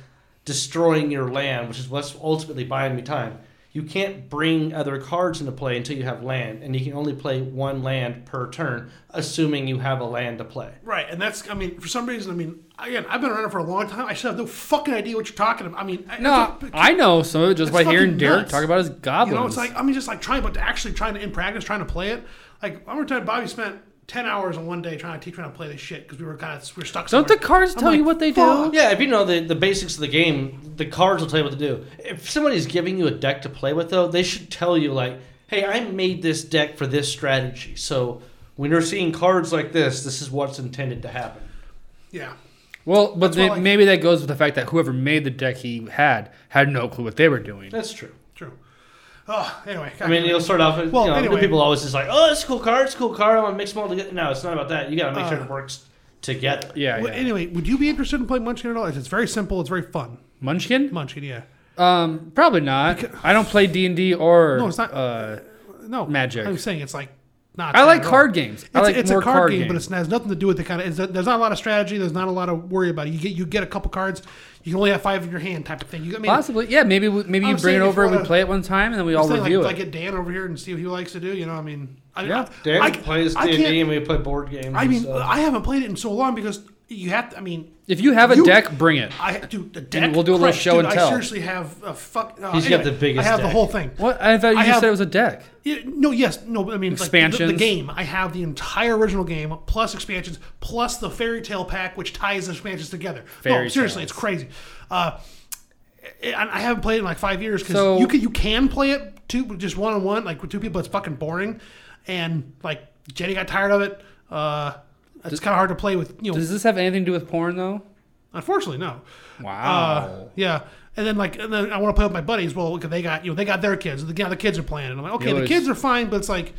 destroying your land, which is what's ultimately buying me time. You can't bring other cards into play until you have land, and you can only play one land per turn, assuming you have a land to play.
Right, and that's I mean, for some reason, I mean, again, I've been around it for a long time. I still have no fucking idea what you're talking about. I mean, I-
No,
it's a-
I know some of it just
It's
by hearing
fucking
Derek
nuts.
talk about his
you
goblins.
know, it's like I mean, just like trying, but actually trying to in practice, trying to play it. Like one more time, Bobby spent ten hours in one day trying to teach me how to play this shit because we were kind of we were stuck.
Don't the
somewhere.
cards
I'm
tell you
like,
what they
"Fuck."
do?
Yeah, if you know the, the basics of the game, the cards will tell you what to do. If somebody's giving you a deck to play with, though, they should tell you, like, hey, I made this deck for this strategy. So when you're seeing cards like this, this is what's intended to happen.
Yeah,
Well, but
That's why,
they,
like-
maybe that goes with the fact that whoever made the deck he had had no clue what they were doing.
That's true.
true. Oh, anyway,
I mean, you'll start off. Well,
Well,
you know,
anyway.
people always just like, "Oh, it's a cool card. It's a cool card. I'm gonna mix them all together." No, it's not about that. You gotta make sure
Uh,
it works together.
Yeah,
Well,
yeah.
Anyway, would you be interested in playing Munchkin at all? It's it's very simple. It's very fun.
Munchkin?
Munchkin, yeah.
Um, probably not. I don't play D and D or
No, it's not-
Uh,
No,
Magic.
I'm saying it's like not.
I
that
like
at all.
card games. I
It's,
like
it's
more
a card, game, but it's, it has nothing to do with the kind of. It's, there's not a lot of strategy. There's not a lot of worry about it. You get you get a couple cards. You can only have five in your hand, type of thing. You, I mean,
possibly yeah. Maybe we, maybe you
I'm
bring it
saying if
over
you
and we
wanna-
play it one time and then we all
Just think,
review
like,
it.
like, get Dan over here and see what he likes to do. You know, I mean, I,
Yeah.
I,
Dan
I,
plays D
I
and D,
can't.
and we play board games.
I
and
mean, uh,
stuff.
I haven't played it in so long because you have. To, I mean,
if you have a
you-
deck, bring it.
I do the deck.
we'll do a little
Christ,
show
dude,
and tell.
I seriously have a fuck. Uh,
He's got the biggest
I have
deck.
the whole thing.
What I thought you
I
just
have-
said it was a deck.
Yeah, no, yes, no. But I mean, it's like the- the,
Expansions.
game. I have the entire original game plus expansions plus the fairy tale pack, which ties the expansions together.
Fairy
no, seriously,
tales.
it's crazy. Uh, and I haven't played it in like five years because
So-
you can you can play it two just one on one like with two people. It's fucking boring, and like Jenny got tired of it. Uh, it's kind of hard to play with you know.
Does this have anything to do with porn though?
unfortunately, no. Uh,
Wow.
yeah. And then like, and then I want to play with my buddies. Well, okay, they got you know they got their kids. The, yeah, the kids are playing, and I'm like, okay,
You
the
always-
kids are fine, but it's like,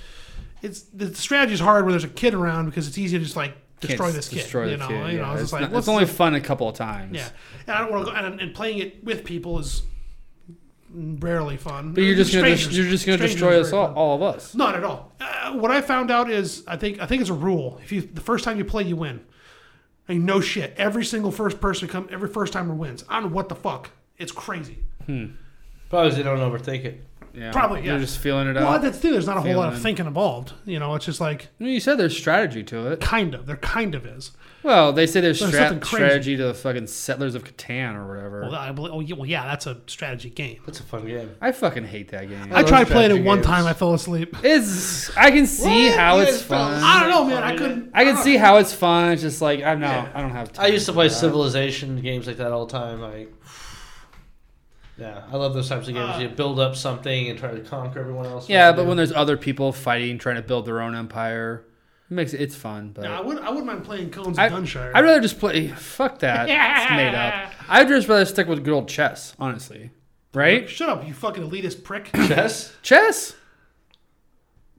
it's the strategy is hard when there's a kid around because it's easy to just like destroy
Can't
this kid.
destroy
you
the
know,
kid,
you
yeah.
know,
it's,
it's, just like
not-
what's
it's only fun a couple of times.
yeah. And I don't want to go and, and playing it with people is rarely fun.
But you're just gonna
Strangers-
dis- you're just gonna
strangers
destroy
are
us
very
all,
fun.
all of us.
Not at all. Uh, what I found out is I think I think it's a rule. If you the first time you play, you win. I mean, no shit. Every single first person come every first timer wins. I don't know what the fuck. It's crazy.
Probably 'cause they don't overthink it.
Yeah.
Probably,
You're
yeah.
just feeling it
Well,
out.
that's the thing. There's not a whole lot of
Feeling.
thinking involved. You know, it's just like
No, you said there's strategy to it.
kind of. There kind of is.
Well, they say there's,
There's
stra-
something crazy.
strategy to the fucking settlers of Catan or whatever.
Well, I believe, oh, yeah, well, yeah, that's a strategy game.
That's a fun game.
I fucking hate that game.
I
love
tried playing it
strategy
one
games.
time. I fell
*laughs*
asleep.
It's I can see
What?
how
You
it's
guys fell
fun.
I don't know, man.
Funny,
I couldn't.
I can
don't
see
know.
how it's fun. It's just like I'm not.
Yeah.
I don't have time.
I used to play
for that.
Civilization games like that all the time. Like, yeah, I love those types of games.
Uh,
you build up something and try to conquer everyone else.
Yeah, but when there's other people fighting, trying to build their own empire, it makes it, it's fun. But
No, I would. I wouldn't mind playing Cones
I-
of Dunshire.
I'd rather just play. Fuck that. It's made
*laughs*
up. I'd just rather stick with good old chess, honestly. Right?
Shut up, you fucking
*laughs*
elitist prick.
*laughs* chess,
Chess.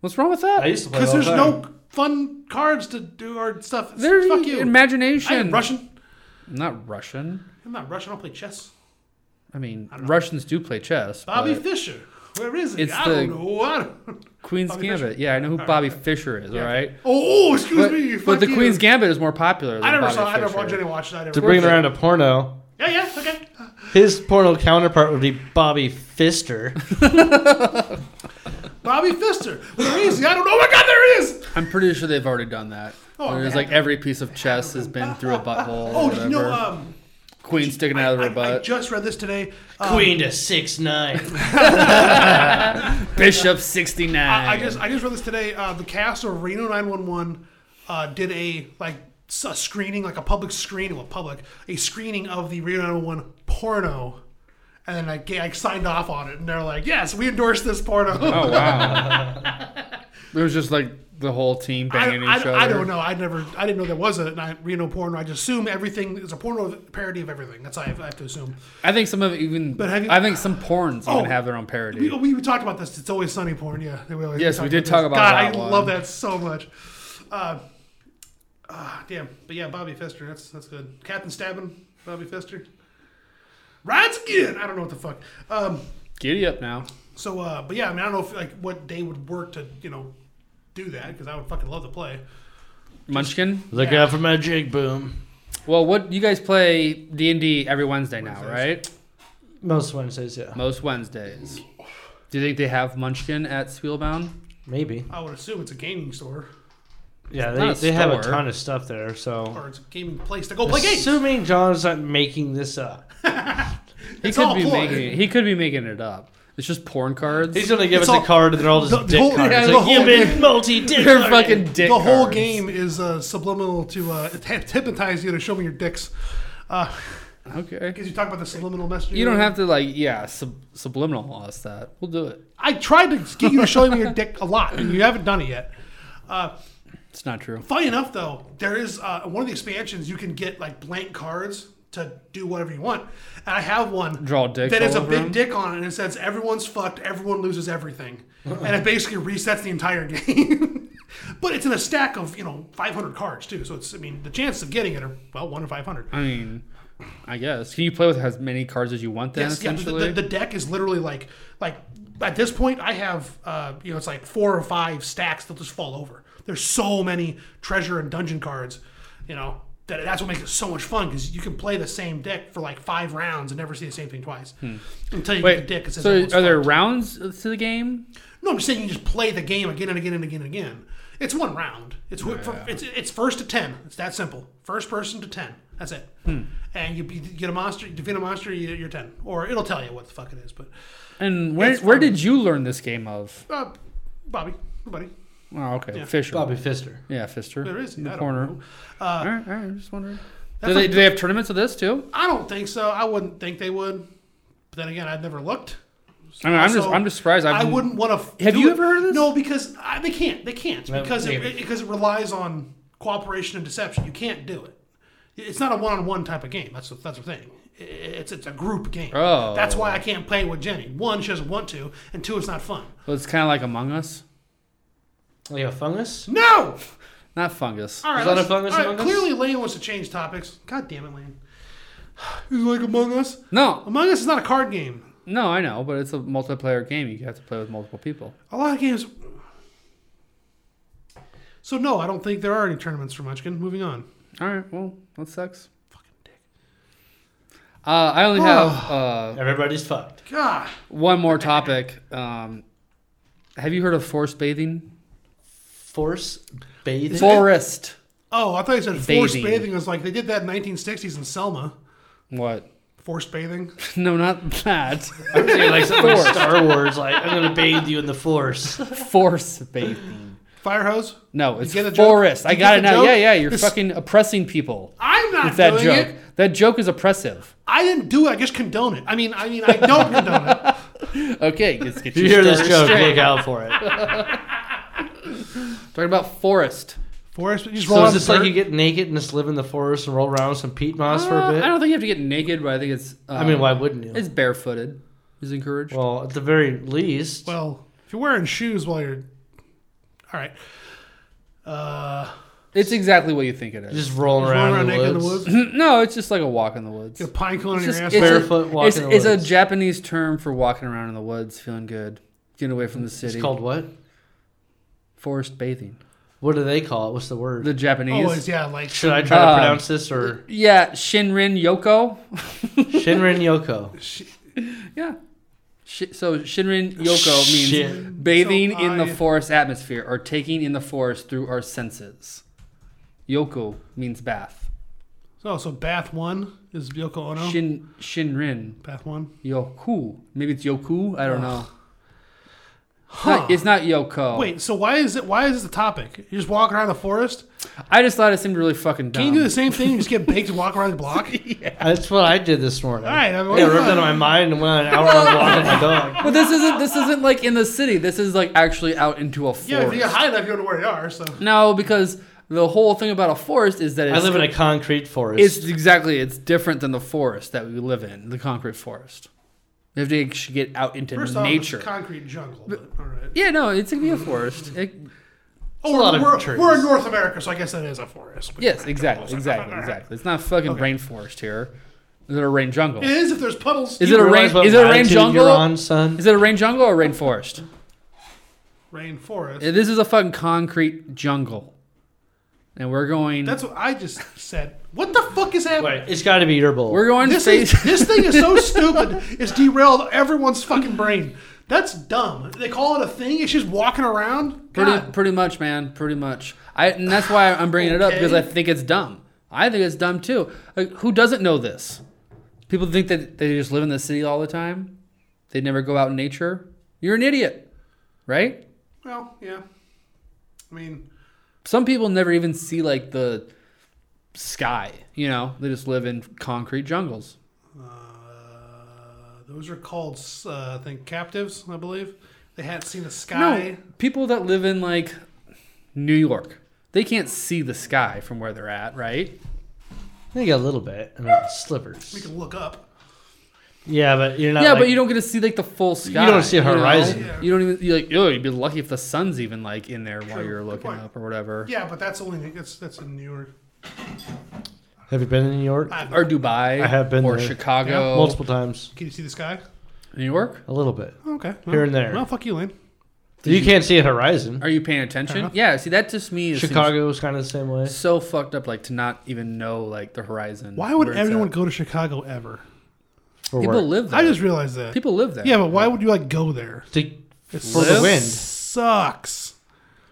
What's wrong with
I
that?
used to play.
Because
all the
there's
time.
no fun cards to do or stuff. It's-
There's
Fuck you.
imagination.
I am Russian.
I'm not Russian.
I'm not Russian. I don't play chess.
I mean, Russians do play chess.
Bobby
but
Fischer. Where is he?
It's
I
the-
don't *laughs* know. What?
Queen's
Bobby
Gambit.
Fischer.
Yeah, I know who Bobby Fischer is. All right.
Oh, oh, excuse
But,
me.
but
fuck
the
you.
Queen's Gambit is more popular. Than
I never
Bobby
saw. I never
Fischer.
watched any watch. I never.
to bring it around to porno.
yeah, yeah, okay.
His porno counterpart would be Bobby
*laughs*
Fister. *laughs*
Bobby Fister. Where is he? I don't know. Oh my God, there he is.
I'm pretty sure they've already done that.
Oh,
There's
man.
like every piece of chess has been through
*laughs*
a butthole.
Oh,
or
did
whatever.
you know? Um,
Queen sticking out of her
I, I
butt.
just read this today. Um,
Queen to six nine.
*laughs*
Bishop 69.
I, I just I just read this today. Uh, the cast of Reno 911 uh, did a like s- a screening, like a public screening, well, public a screening of the Reno 911 porno, and then I, ga- I signed off on it, and they're like, "Yes, we endorse this porno." *laughs*
Oh wow. it was just like the whole team
I,
banging each other.
I, I don't know. I never. I didn't know there was a ni- Reno porno. I just assume everything is a porno parody of everything. That's how I have, I have to assume.
I think some of it even.
But have you-
I think some porns
Oh.
even have their own
We,
parody.
we, talked about this. It's always sunny porn. Yeah. We always
Yes,
talk
we did
this.
talk about
God,
that
I
one.
love that so much. Uh, ah, damn. But yeah, Bobby Fister. That's that's good. Captain Stabbing, Bobby Fister. Rides again. I don't know what the fuck. Um,
Giddy up now.
so, uh, but yeah, I mean, I don't know if like what day would work to you know do that because I would fucking love to play.
Munchkin.
Look
Yeah.
out for my jig boom.
Well, what you guys play D and D every Wednesday now,
Wednesdays.
right?
Most Wednesdays, yeah.
Most Wednesdays. Do you think they have Munchkin at Spielbaum?
Maybe.
I would assume it's a gaming store
Yeah,
not
they,
a
they have a
store.
ton of stuff there, so.
or it's a gaming place to go play games.
Assuming John's not making this up.
He
It's
could
all
be
porn.
making. He could be making it up. It's just porn cards.
He's gonna give
It's
us
all-
a card and they're all just
the- the
dick
whole-
cards.
yeah,
Like,
the whole
You've
game-
been multi
*laughs*
dick
They're fucking dick.
the whole
cards.
game is uh, subliminal to uh, it hy- hypnotize you to show me your dicks. Uh, Because
Okay.
you talk about the subliminal messaging.
You don't have to like yeah sub- subliminal us that. We'll do it.
I tried to get you to show me your dick a lot, and you haven't done it yet.
It's not true.
Funny enough, though, there is uh, one of the expansions you can get like blank cards to do whatever you want, and I have one
Draw dicks
that has a
all over
big
'em?
dick on it, and it says everyone's fucked, everyone loses everything, and it basically resets the entire *laughs* game. but it's in a stack of you know 500 cards too, so it's I mean the chances of getting it are well one in 500.
I mean, I guess. Can you play with as many cards as you want then,
Yes, yeah, the,
essentially?
the, the deck is literally like like at this point I have uh, you know it's like four or five stacks that just fall over. There's so many treasure and dungeon cards, you know that that's what makes it so much fun because you can play the same deck for like five rounds and never see the same thing twice until you
Hmm. Wait,
get the deck. It says
so
everyone's
are there
fucked.
rounds to the game?
No, I'm just saying you just play the game again and again and again and again. It's one round. It's wh- fir- it's it's first to ten. It's that simple. First person to ten. That's it.
Hmm.
And you, be- you get a monster, you defeat a monster, you, you're ten, or it'll tell you what the fuck it is. But
And where
It's
where
fun.
did you learn this game of?
Uh, Bobby, buddy,
Oh, okay, Fisher.
Bobby Fister.
Yeah, Fister.
there is
in the
I don't
corner.
know. Uh,
All right, all right. Just wondering. Do
That's
they,
like-
do they have tournaments of this too?
I don't think so. I wouldn't think they would. But then again, I've never looked.
I mean, I'm just
Also,
I'm just surprised. I've,
I wouldn't want to.
Have you ever heard of this?
No, because I, they can't. They can't
No,
because it,
maybe.
it- because it relies on cooperation and deception. You can't do it. It's not a one-on-one type of game. That's the, that's the thing. I- It's it's a group game.
Oh.
That's why I can't play with Jenny. One, she doesn't want to, and two, it's not fun.
Well, it's kind of like Among Us.
Like a fungus?
No.
Not fungus.
All right.
that a
let's-
fungus
all right,
among us?
clearly, Lane wants to change topics. God damn it, Lane. *sighs* He's like Among Us.
No,
Among Us is not a card game.
no, I know, but it's a multiplayer game. You have to play with multiple people.
A lot of games. So no, I don't think there are any tournaments for Munchkin. Moving on.
All right, well, that sucks.
Fucking dick.
Uh, I
*sighs*
only have uh,
Everybody's fucked.
God.
one more topic. Um, have you heard of forest bathing?
Force bathing.
Forest.
Oh, I thought you said forced
Bathing.
bathing. was like they did that in 1960s in Selma.
What? *laughs*
Forced bathing.
No, not
*laughs*
that.
I'm thinking like something like Star Wars, like I'm gonna bathe you in the
*laughs*
force.
Force bathing.
Fire hose.
No, it's
get the joke?
forest. I
You
got
get
it
the
now.
joke?
Yeah, yeah. You're
This-
fucking oppressing people
I'm not
with that
doing
joke.
it.
That joke is oppressive.
I didn't do it. I just condone it. I mean, I mean, I *laughs* don't condone it.
Okay, let's
*laughs*
get
If you hear this
started
joke,
straight.
look out for it.
Talking about forest.
Forest. You just roll
So
out
is
in
this
the
like
dirt.
you get naked and just live in the forest and roll around with some peat moss for
Uh,
a bit?
I don't think you have to get naked, but I think it's. Uh,
I mean, why wouldn't you?
It's barefooted. Is encouraged.
Well, at the very least,
Well, if you're wearing shoes while you're. All right. Uh,
it's exactly what you think it is.
just rolling
rolling
around,
around
in,
naked
the
in the
woods.
woods.
*laughs* no, it's just like a walk in the woods.
Get a pine cone on your
just-
ass.
it's a-
Barefoot walk
it's,
in the
it's a
woods.
Japanese term for walking around in the woods, feeling good, getting away from the city.
It's called what?
forest bathing.
What do they call it? What's the word?
The
Oh,
Japanese.
Always, yeah. Like
Should I try to
Um,
pronounce this or
yeah, Shinrin
*laughs*
Yoko.
Shinrin Yoko?
*laughs*
Yeah. Shi so Shinrin Yoko means
Shit.
bathing
So
in the
I-
forest atmosphere or taking in the forest through our senses. Yoko means bath.
Oh, So, so Bath One is Yoko Ono.
Shin Shinrin
Bath One.
Yoku. Maybe it's Yoku. I don't know. It's
Huh.
not- It's not Yoko.
Wait. So why is it? Why is this the topic? You're just walking around the forest.
I just thought it seemed really fucking dumb.
Can you do the same thing? You just get baked and walk around the block.
That's what I did this morning.
All right. I
Yeah, it ripped out of my mind and went on an hour long walk with my dog.
But this isn't this isn't like in the city. This is like actually out into a
yeah, if
forest.
you get high enough, you don't know where you are. So
no, because the whole thing about a forest is that
I
it's,
live in a concrete forest.
it's exactly it's different than the forest that we live in, the concrete forest. You have to actually get out into
first off,
nature.
it's a concrete jungle. But, all right.
yeah, no, it's gonna be a forest. It-
Oh,
a lot
we're,
of
we're,
trees.
we're in North America, so I guess that is a forest. But-
yes, exactly, exactly,
All right.
exactly. It's not fucking rainforest here. Is it a rain jungle?
It is if there's puddles.
Is
You
it a rain?
realize what
Is it a rain
latitude You're
jungle?
on, son.
Is it a rain jungle or a rainforest?
rainforest.
This is a fucking concrete jungle. and we're going.
That's what I just said. What the fuck is happening?
Wait, it's got to be your bowl.
we're going
*laughs* This,
face.
is, this thing is so stupid. It's derailed everyone's fucking brain. That's dumb. They call it a thing. It's just walking around.
pretty,
God.
pretty much, man. Pretty much. I and that's why I'm bringing it up because I
Okay.
think it's dumb. I think it's dumb too. Like, who doesn't know this? People think that they just live in the city all the time. They never go out in nature. You're an idiot, right?
Well, yeah. I mean,
some people never even see like the sky you know they just live in concrete jungles
uh, those are called, uh, I think, captives. I believe they hadn't seen the sky.
no people that live in like new york they can't see the sky from where they're at right
I think a little bit. I mean,
We
slippers.
can look up.
Yeah, but you're not.
yeah but
like-
you don't get to see like the full sky
don't see a
you know?
horizon.
Yeah.
you don't even you're like oh you'd be lucky if the sun's even like in there while
True.
you're
Good
looking
point.
up or whatever
Yeah, but that's only that's that's in New York.
Have you been in New York?
I-
or dubai
I have been
or
there.
chicago
Multiple times.
Can you see the sky?
new york
A little bit.
Okay.
Here and there.
Well, fuck you, Lane.
You can't see a horizon.
are you paying attention yeah see that just me is
Uh-huh. Chicago is kind of the same way.
so fucked up like to not even know like the horizon
Why would
where it's at.
everyone go to Chicago ever?
For
People
work.
live there.
I just realized that.
people live there.
yeah, but why would you like go there?
To-
It
For the wind.
Sucks.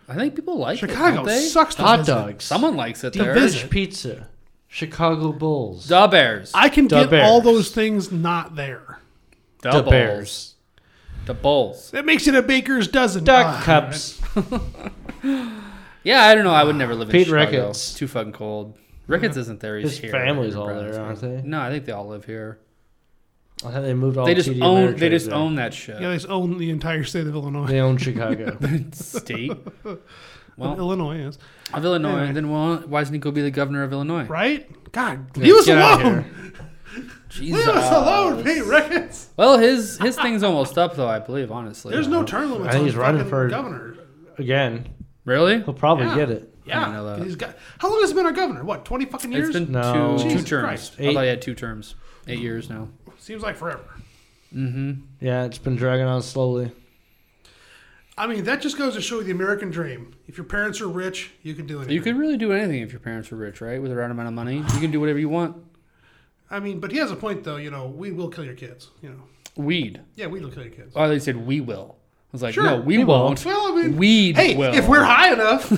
I think people like It,
Chicago
don't they?
sucks. To
hot
visit.
dogs.
Someone likes it there.
visit.
British pizza. Chicago Bulls.
Da Bears.
I can
Da
get all
Bears.
those things not there.
Da,
the
Bulls.
Bears.
Da Bulls.
That makes it a baker's dozen.
Duck
Ah,
cups.
Yeah, I don't know. I would never live in
Pete
Chicago.
Ricketts.
It's too fucking cold. Ricketts isn't there. He's
His
here.
family's
in
all there,
Brownsville.
aren't they?
No, I think they all live here.
I thought Oh, they moved all.
they just
TD
own. They
Ameritrade
just
there.
own that shit.
Yeah, they just own the entire state of Illinois.
They
*laughs*
own Chicago.
State well-
*laughs* Illinois is
of Illinois.
Anyway.
Then why, why doesn't he go be the governor of Illinois?
right. God, leave us
get out of
alone.
Jesus.
Leave us
uh,
alone, Pete Ricketts.
Well, his his thing's almost up though. I believe honestly.
There's
*laughs*
no term limits.
I think
on
he's running
fucking
for-
governor.
Again,
really.
he'll probably
Yeah.
get it.
I
Yeah,
didn't know that.
he's got. How long has he been our governor? What, twenty fucking years?
It's been
No.
two, two
Jesus
terms.
Christ.
I thought he had two terms. Eight years now.
Seems like forever.
Mm-hmm.
Yeah, it's been dragging on slowly.
I mean, that just goes to show you the American dream. If your parents are rich, you can do anything.
You could really do anything if your parents were rich, right? With the right amount of money, you can do whatever you want.
I mean, but he has a point though. You know, we will kill your kids. You know,
Weed.
yeah, we will kill your kids.
Oh, they said we will. I was like,
Sure,
no, we,
we
won't.
won't.
Well, I mean,
Weed
hey,
will.
if we're
*laughs*
high enough,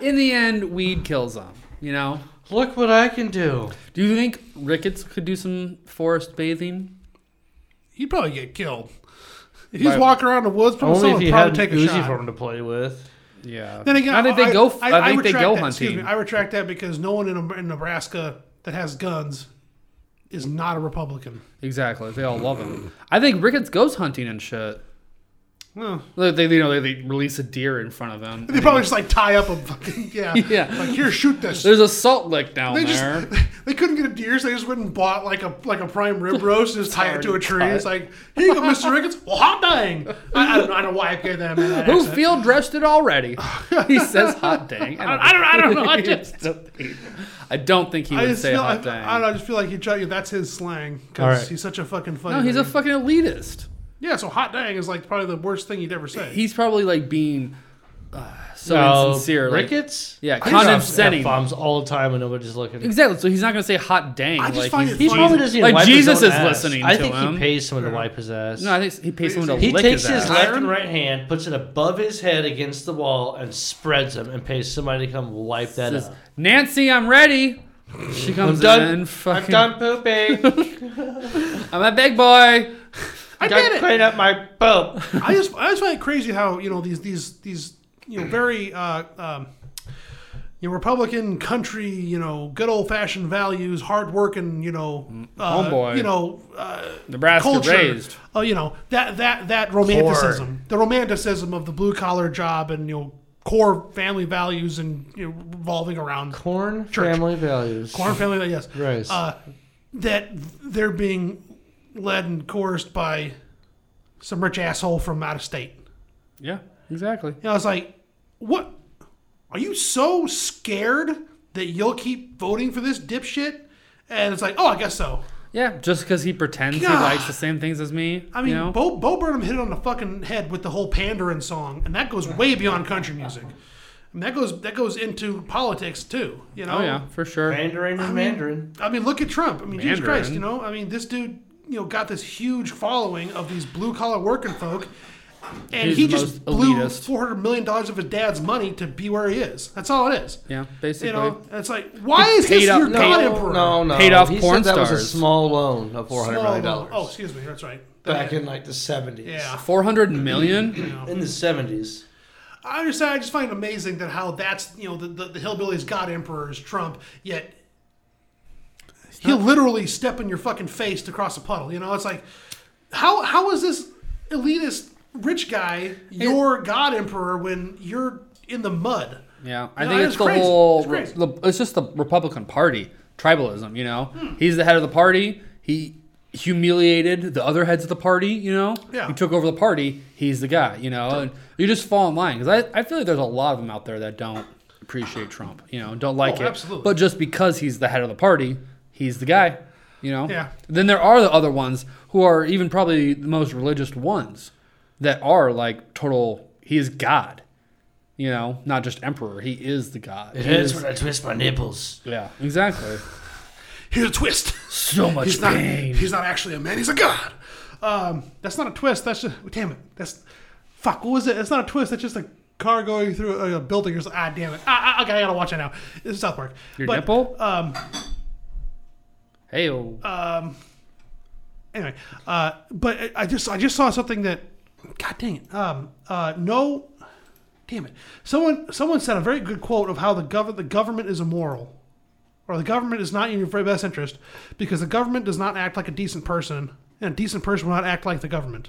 in the end, weed kills them. You know.
Look what I can do.
Do you think Ricketts could do some forest bathing?
he'd probably get killed. If he's
By-
walking around the woods, probably
Only if
someone
you
would
had
probably
an
take a
Uzi
shot.
for him to play with.
Yeah.
Then again,
I think they go. I, think they
retract
go
that.
hunting.
Excuse me, I retract that because no one in, in Nebraska that has guns is not a Republican.
exactly. They all love him. I think Ricketts goes hunting and shit.
Well,
Like, They, you know, they, they release a deer in front of him.
they probably just like tie up
*laughs*
a fucking yeah.
Yeah.
Like here, shoot this.
There's a salt lick down
They
there.
*laughs* just they couldn't get a deer, so they just went and bought like a like a
*laughs*
prime rib roast and just tie it to a
Already
tree.
cut.
It's like here you
*laughs*
go, Mr. Ricketts. Well, hot dang! I, I, don't, I don't know why I gave that man that
Who
accent.
field dressed it
*laughs*
already? he says hot dang. I don't,
I don't- I
*laughs*
don't know. I just-
I don't think he
I
would
just
say
feel I, I
hot
don't
dang.
know, I just feel like he tried, that's his slang
All
because
right.
he's such a fucking funny.
no, he's a
dude.
fucking elitist.
yeah. So hot dang is like probably the worst thing you'd ever say.
He's probably like being uh, so
No,
insincere. Like,
Oh, Ricketts?
yeah,
He drops
condescending.
F-bombs all the time when nobody's looking.
Exactly. So he's not gonna say hot dang.
I just
like
find
he's-
it
He
funny.
probably doesn't even
Like,
wipe his
Jesus
own
is
ass.
listening
I
to
think
him.
he pays someone to wipe his ass.
no, I think he pays someone to
he
lick
takes
his,
his,
ass.
left and right hand, puts it above his head against the wall, and spreads them, and pays somebody to come wipe that
Says,
up.
Nancy, I'm ready. She comes
done.
in. Fucking,
I'm done pooping.
*laughs* I'm a big boy.
I
Gotta
did it.
Clean up my poop.
I just I just find it crazy how you know these these these you know very uh, um, you know Republican country you know good old fashioned values hard working you know uh,
Mm, Homeboy.
you know uh,
Nebraska
culture
raised.
oh you know that that that romanticism the romanticism of the blue collar job and you know core family values and you know revolving around
Corn
Church.
family values.
corn family yes
rice.
uh, that they're being led and coerced by some rich asshole from out of state.
Yeah, exactly.
And I was like, what? Are you so scared that you'll keep voting for this dipshit? And it's like, oh, I guess so.
Yeah, just because he pretends he
God.
likes the same things as me.
I mean,
you know?
Bo, Bo Burnham hit it on the fucking head with the whole Pandarin song, and that goes way beyond country music. mean, that goes that goes into politics too. You know.
Oh yeah, for sure.
Mandarin is Mandarin.
I mean, look at Trump. I mean, Jesus Christ.
Mandarin.
You know. I mean, this dude. You know, got this huge following of these blue collar working folk, and
He's
he
the
just
most
blew
elitist.
four hundred million dollars of his dad's money to be where he is. That's all it is.
Yeah,
You
basically.
know, and it's like, why is
paid
this
up-
your
no,
god emperor?
No, no.
Paid off
he
porn
said that was a
stars.
small loan of four
Small
hundred million
amount.
dollars.
Oh, excuse me. That's right.
back in like the seventies.
Yeah.
Four hundred million.
in the seventies.
I understand. I just find it amazing that how that's you know the, the, the hillbillies got emperor is Trump, yet he'll literally step in your fucking face to cross a puddle. You know, it's like how how is this elitist rich guy your god emperor when you're in the mud?
Yeah, I
No,
think
it
it's
is
the
crazy.
whole.
It's crazy.
the- it's just the Republican Party tribalism. You know,
Hmm.
he's the head of the party. He humiliated the other heads of the party. You know,
Yeah.
he took over the party. He's the guy. You know, and you just fall in line because I, I feel like there's a lot of them out there that don't appreciate Trump. You know, don't like
Oh,
it.
absolutely.
But just because he's the head of the party, he's the guy. You know.
Yeah.
Then there are the other ones who are even probably the most religious ones that are like total. He is God you know, not just emperor. He is the god. He is-
I twist my nipples.
yeah, exactly.
Here's a twist.
So much
He's not. He's not actually a man. He's a god. Um, that's not a twist. That's just damn it. That's fuck. What was it? That's not a twist. That's just a car going through a, a building. Or something. ah, damn it. Ah, ah, okay, I gotta watch it now. This is South Park.
Your
But,
nipple?
Um,
hey, oh,
anyway, uh, but I- I just I just saw something that, god dang it, um, uh, no, damn it, someone someone said a very good quote of how the government the government is immoral, or the government is not in your very best interest because the government does not act like a decent person, and a decent person will not act like the government.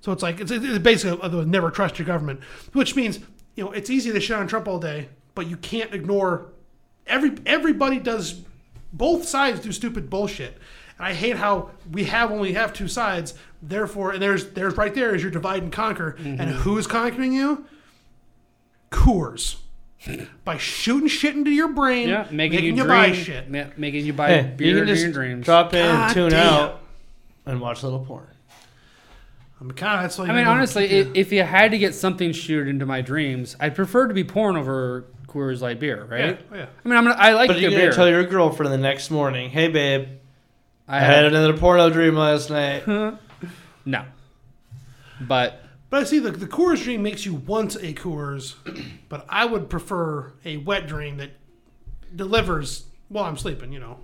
So it's like it's, it's basically uh, never trust your government, which means you know it's easy to shit on Trump all day, but you can't ignore every everybody does both sides do stupid bullshit. And I hate how we have only have two sides. Therefore, and there's there's right there is your divide and conquer.
Mm-hmm.
And who is conquering you?
*laughs*
Coors. By shooting shit into your brain,
yeah, making, you,
you
dream,
buy shit.
ma- making you buy
Hey,
beer
you can
in your
just
dreams.
drop in,
God
tune
damn.
out, and watch a little porn.
I mean, kind of that's like.
I mean, honestly, i if you had to get something sheared into my dreams, I'd prefer to be porn over Coors Light beer,
yeah, Oh,
right?
yeah.
I mean, I'm gonna, I like
But
the
you're gonna
beer.
tell your girlfriend the next morning, "Hey, babe,
I
I had
had
another porno dream last *laughs* night."
no, but
But I see the, the Coors dream makes you want a Coors, *clears throat* but I would prefer a wet dream that delivers while I'm sleeping. You know,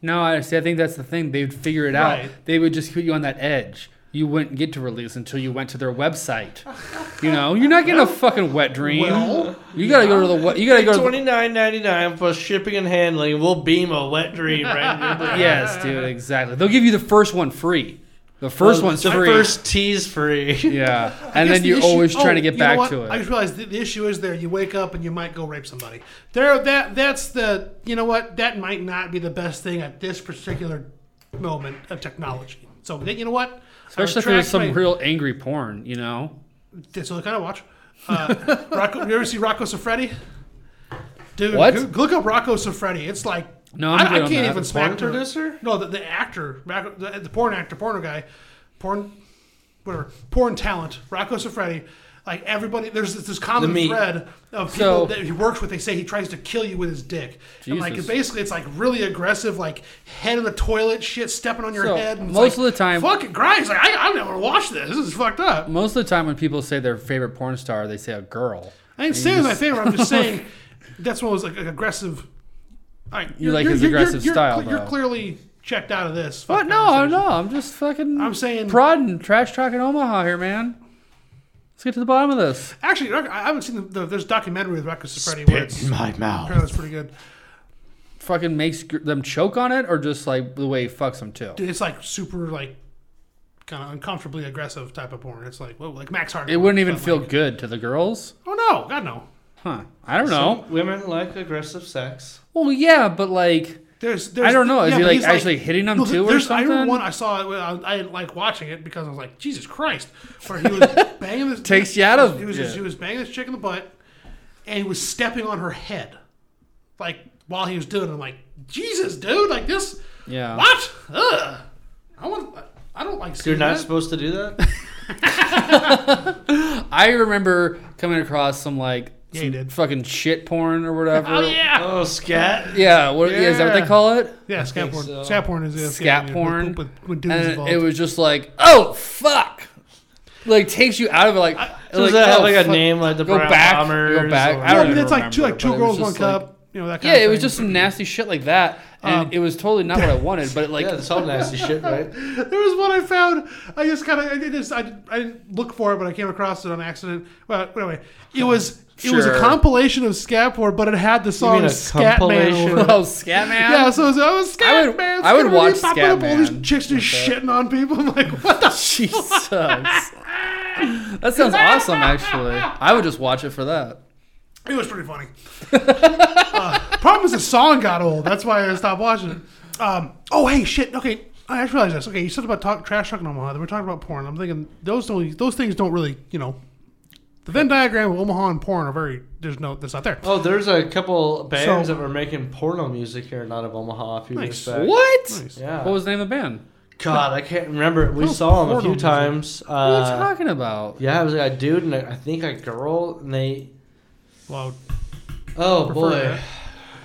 no, I see. I think that's the thing. They'd figure it
Right.
out. They would just put you on that edge. You wouldn't get to release until you went to their website. You know, you're not getting
*laughs*
a fucking wet dream.
well,
You gotta go to the we- you gotta go to
Twenty
the,
nine ninety nine plus shipping and handling. We'll beam a wet dream right *laughs* in your brain.
yes, dude, exactly. They'll give you the first one free. The first one's
the
free.
first tee's
*laughs*
free.
yeah, and
guess
then
the
you're
issue-
always
oh,
trying to get
you know
back
what?
to it.
I just realized the, the issue is there. You wake up and you might go rape somebody. There, that that's the you know what that might not be the best thing at this particular moment of technology. So then, you know what, I
Especially if there's
retract
some
my-
real angry porn, you know.
That's what I kind of watch. Uh,
*laughs*
Rocco, you ever see Rocco Siffredi? Dude,
What?
go- Look up Rocco Siffredi. It's like
No, I'm
I, I
good on
can't
that.
even
The
smack
porn
to it.
producer?
No, the, the actor, Rocco- the, the porn actor, porno guy, porn, whatever, porn talent, Rocco Siffredi. Like everybody, there's this, this common
The meat.
thread of
So-
people that he works with. They say he tries to kill you with his dick. And like
Jesus.
basically, it's like really aggressive, like head in the toilet, shit, stepping on your
So,
head. And it's
most
like,
of the time-
fucking Christ, like I, I'm never watch this. This is fucked up.
Most of the time, when people say their favorite porn star, they say a girl.
I didn't say it was my favorite.
*laughs*
I'm just saying that's what was like aggressive. All right, you
like his aggressive
you're,
style,
You're, you're
though.
clearly checked out of this.
But
fucking
no,
conversation.
no, I'm just fucking.
I'm saying-
prodding, trash talking Omaha here, man. Let's get to the bottom of this.
Actually, Rock- I haven't seen the, the there's a documentary with Rocco Siffredi where it's
Spit in my mouth.
apparently it's pretty good.
Fucking makes gr- them choke on it, or just like the way he fucks them too.
Dude, it's like super like kind of uncomfortably aggressive type of porn. It's like whoa, like Max Harding.
It wouldn't even
But,
feel
Like,
good to the girls,
oh no, God no.
huh? I don't know.
Some women like aggressive sex.
Well, yeah, but like,
There's, there's
I don't know. Is he,
but
like,
he's,
actually hitting them too or
there's- I remember
something?
one I saw. it, I, I didn't like watching it because I was like, Jesus Christ, where
*laughs*
he was banging this
Takes you out of-
He was,
yeah.
he was banging this chick in the butt, and he was stepping on her head, like while he was doing. it. I'm like, Jesus, dude, like this.
yeah.
What? Ugh. I want. I don't like.
You're
Seeing
not
that.
supposed
*laughs*
to do that.
I remember coming across some like
Yeah, he did.
fucking shit porn or whatever.
Oh yeah,
Oh, scat.
Yeah, what, yeah. is that what
Yeah.
they call it?
yeah. Scat
think
porn.
so.
Scat porn is it.
Scat
yeah,
porn.
With, with, with dudes
And
involved.
it was just like, oh fuck, like takes you out of it. Like,
So
like,
does that have
oh,
like a
fuck.
name like the
Go
Brown
back, go
Bombers?
back.
or-
I
yeah,
don't
but it's like
remember,
two, like
but
two
it was
girls, one
just
cup. you know that.
Yeah,
kind
it
of
was
thing.
just some nasty shit like that, and
Um,
it was totally not what I wanted. But it, like,
*laughs* yeah,
*laughs*
it's all nasty shit, right?
There was one I found. I just kind of, I did- just, I, I didn't look for it, but I came across it on accident. Well, anyway, it was, it was a
Sure.
compilation of scat porn, but it had the song
mean a
Scat Man.
compilation?
over it.
oh scat man.
Yeah, *laughs* so it was, oh, Scat
I would-
Man.
I would
Scat Man,
watch
he's popping
Scat
up, All these
Man
chicks just shitting on people. *laughs* I'm like, what
*laughs*
the? F-?
Jesus. that sounds awesome. Actually, I would just watch it for that.
It was pretty funny. *laughs* uh, problem is the song got old. That's why I stopped watching it. Um, oh, hey, shit. Okay, I just realized this. Okay, you said about talk, trash talking Omaha. Then we're talking about porn. I'm thinking those don't, those things don't really, you know, the Venn diagram of Omaha and porn are very. There's no, that's not there.
Oh, there's a couple bands
So-
that were making porno music here, not of Omaha, a few
Nice.
years back.
What?
Nice.
Yeah.
What was the name of the band?
God, I can't remember. We
Little
saw them a
porno
few
music.
times.
What are you
Uh,
talking about?
yeah, it was like a dude and a, I think a girl, and they.
Loud.
Oh
Prefer
boy,
that.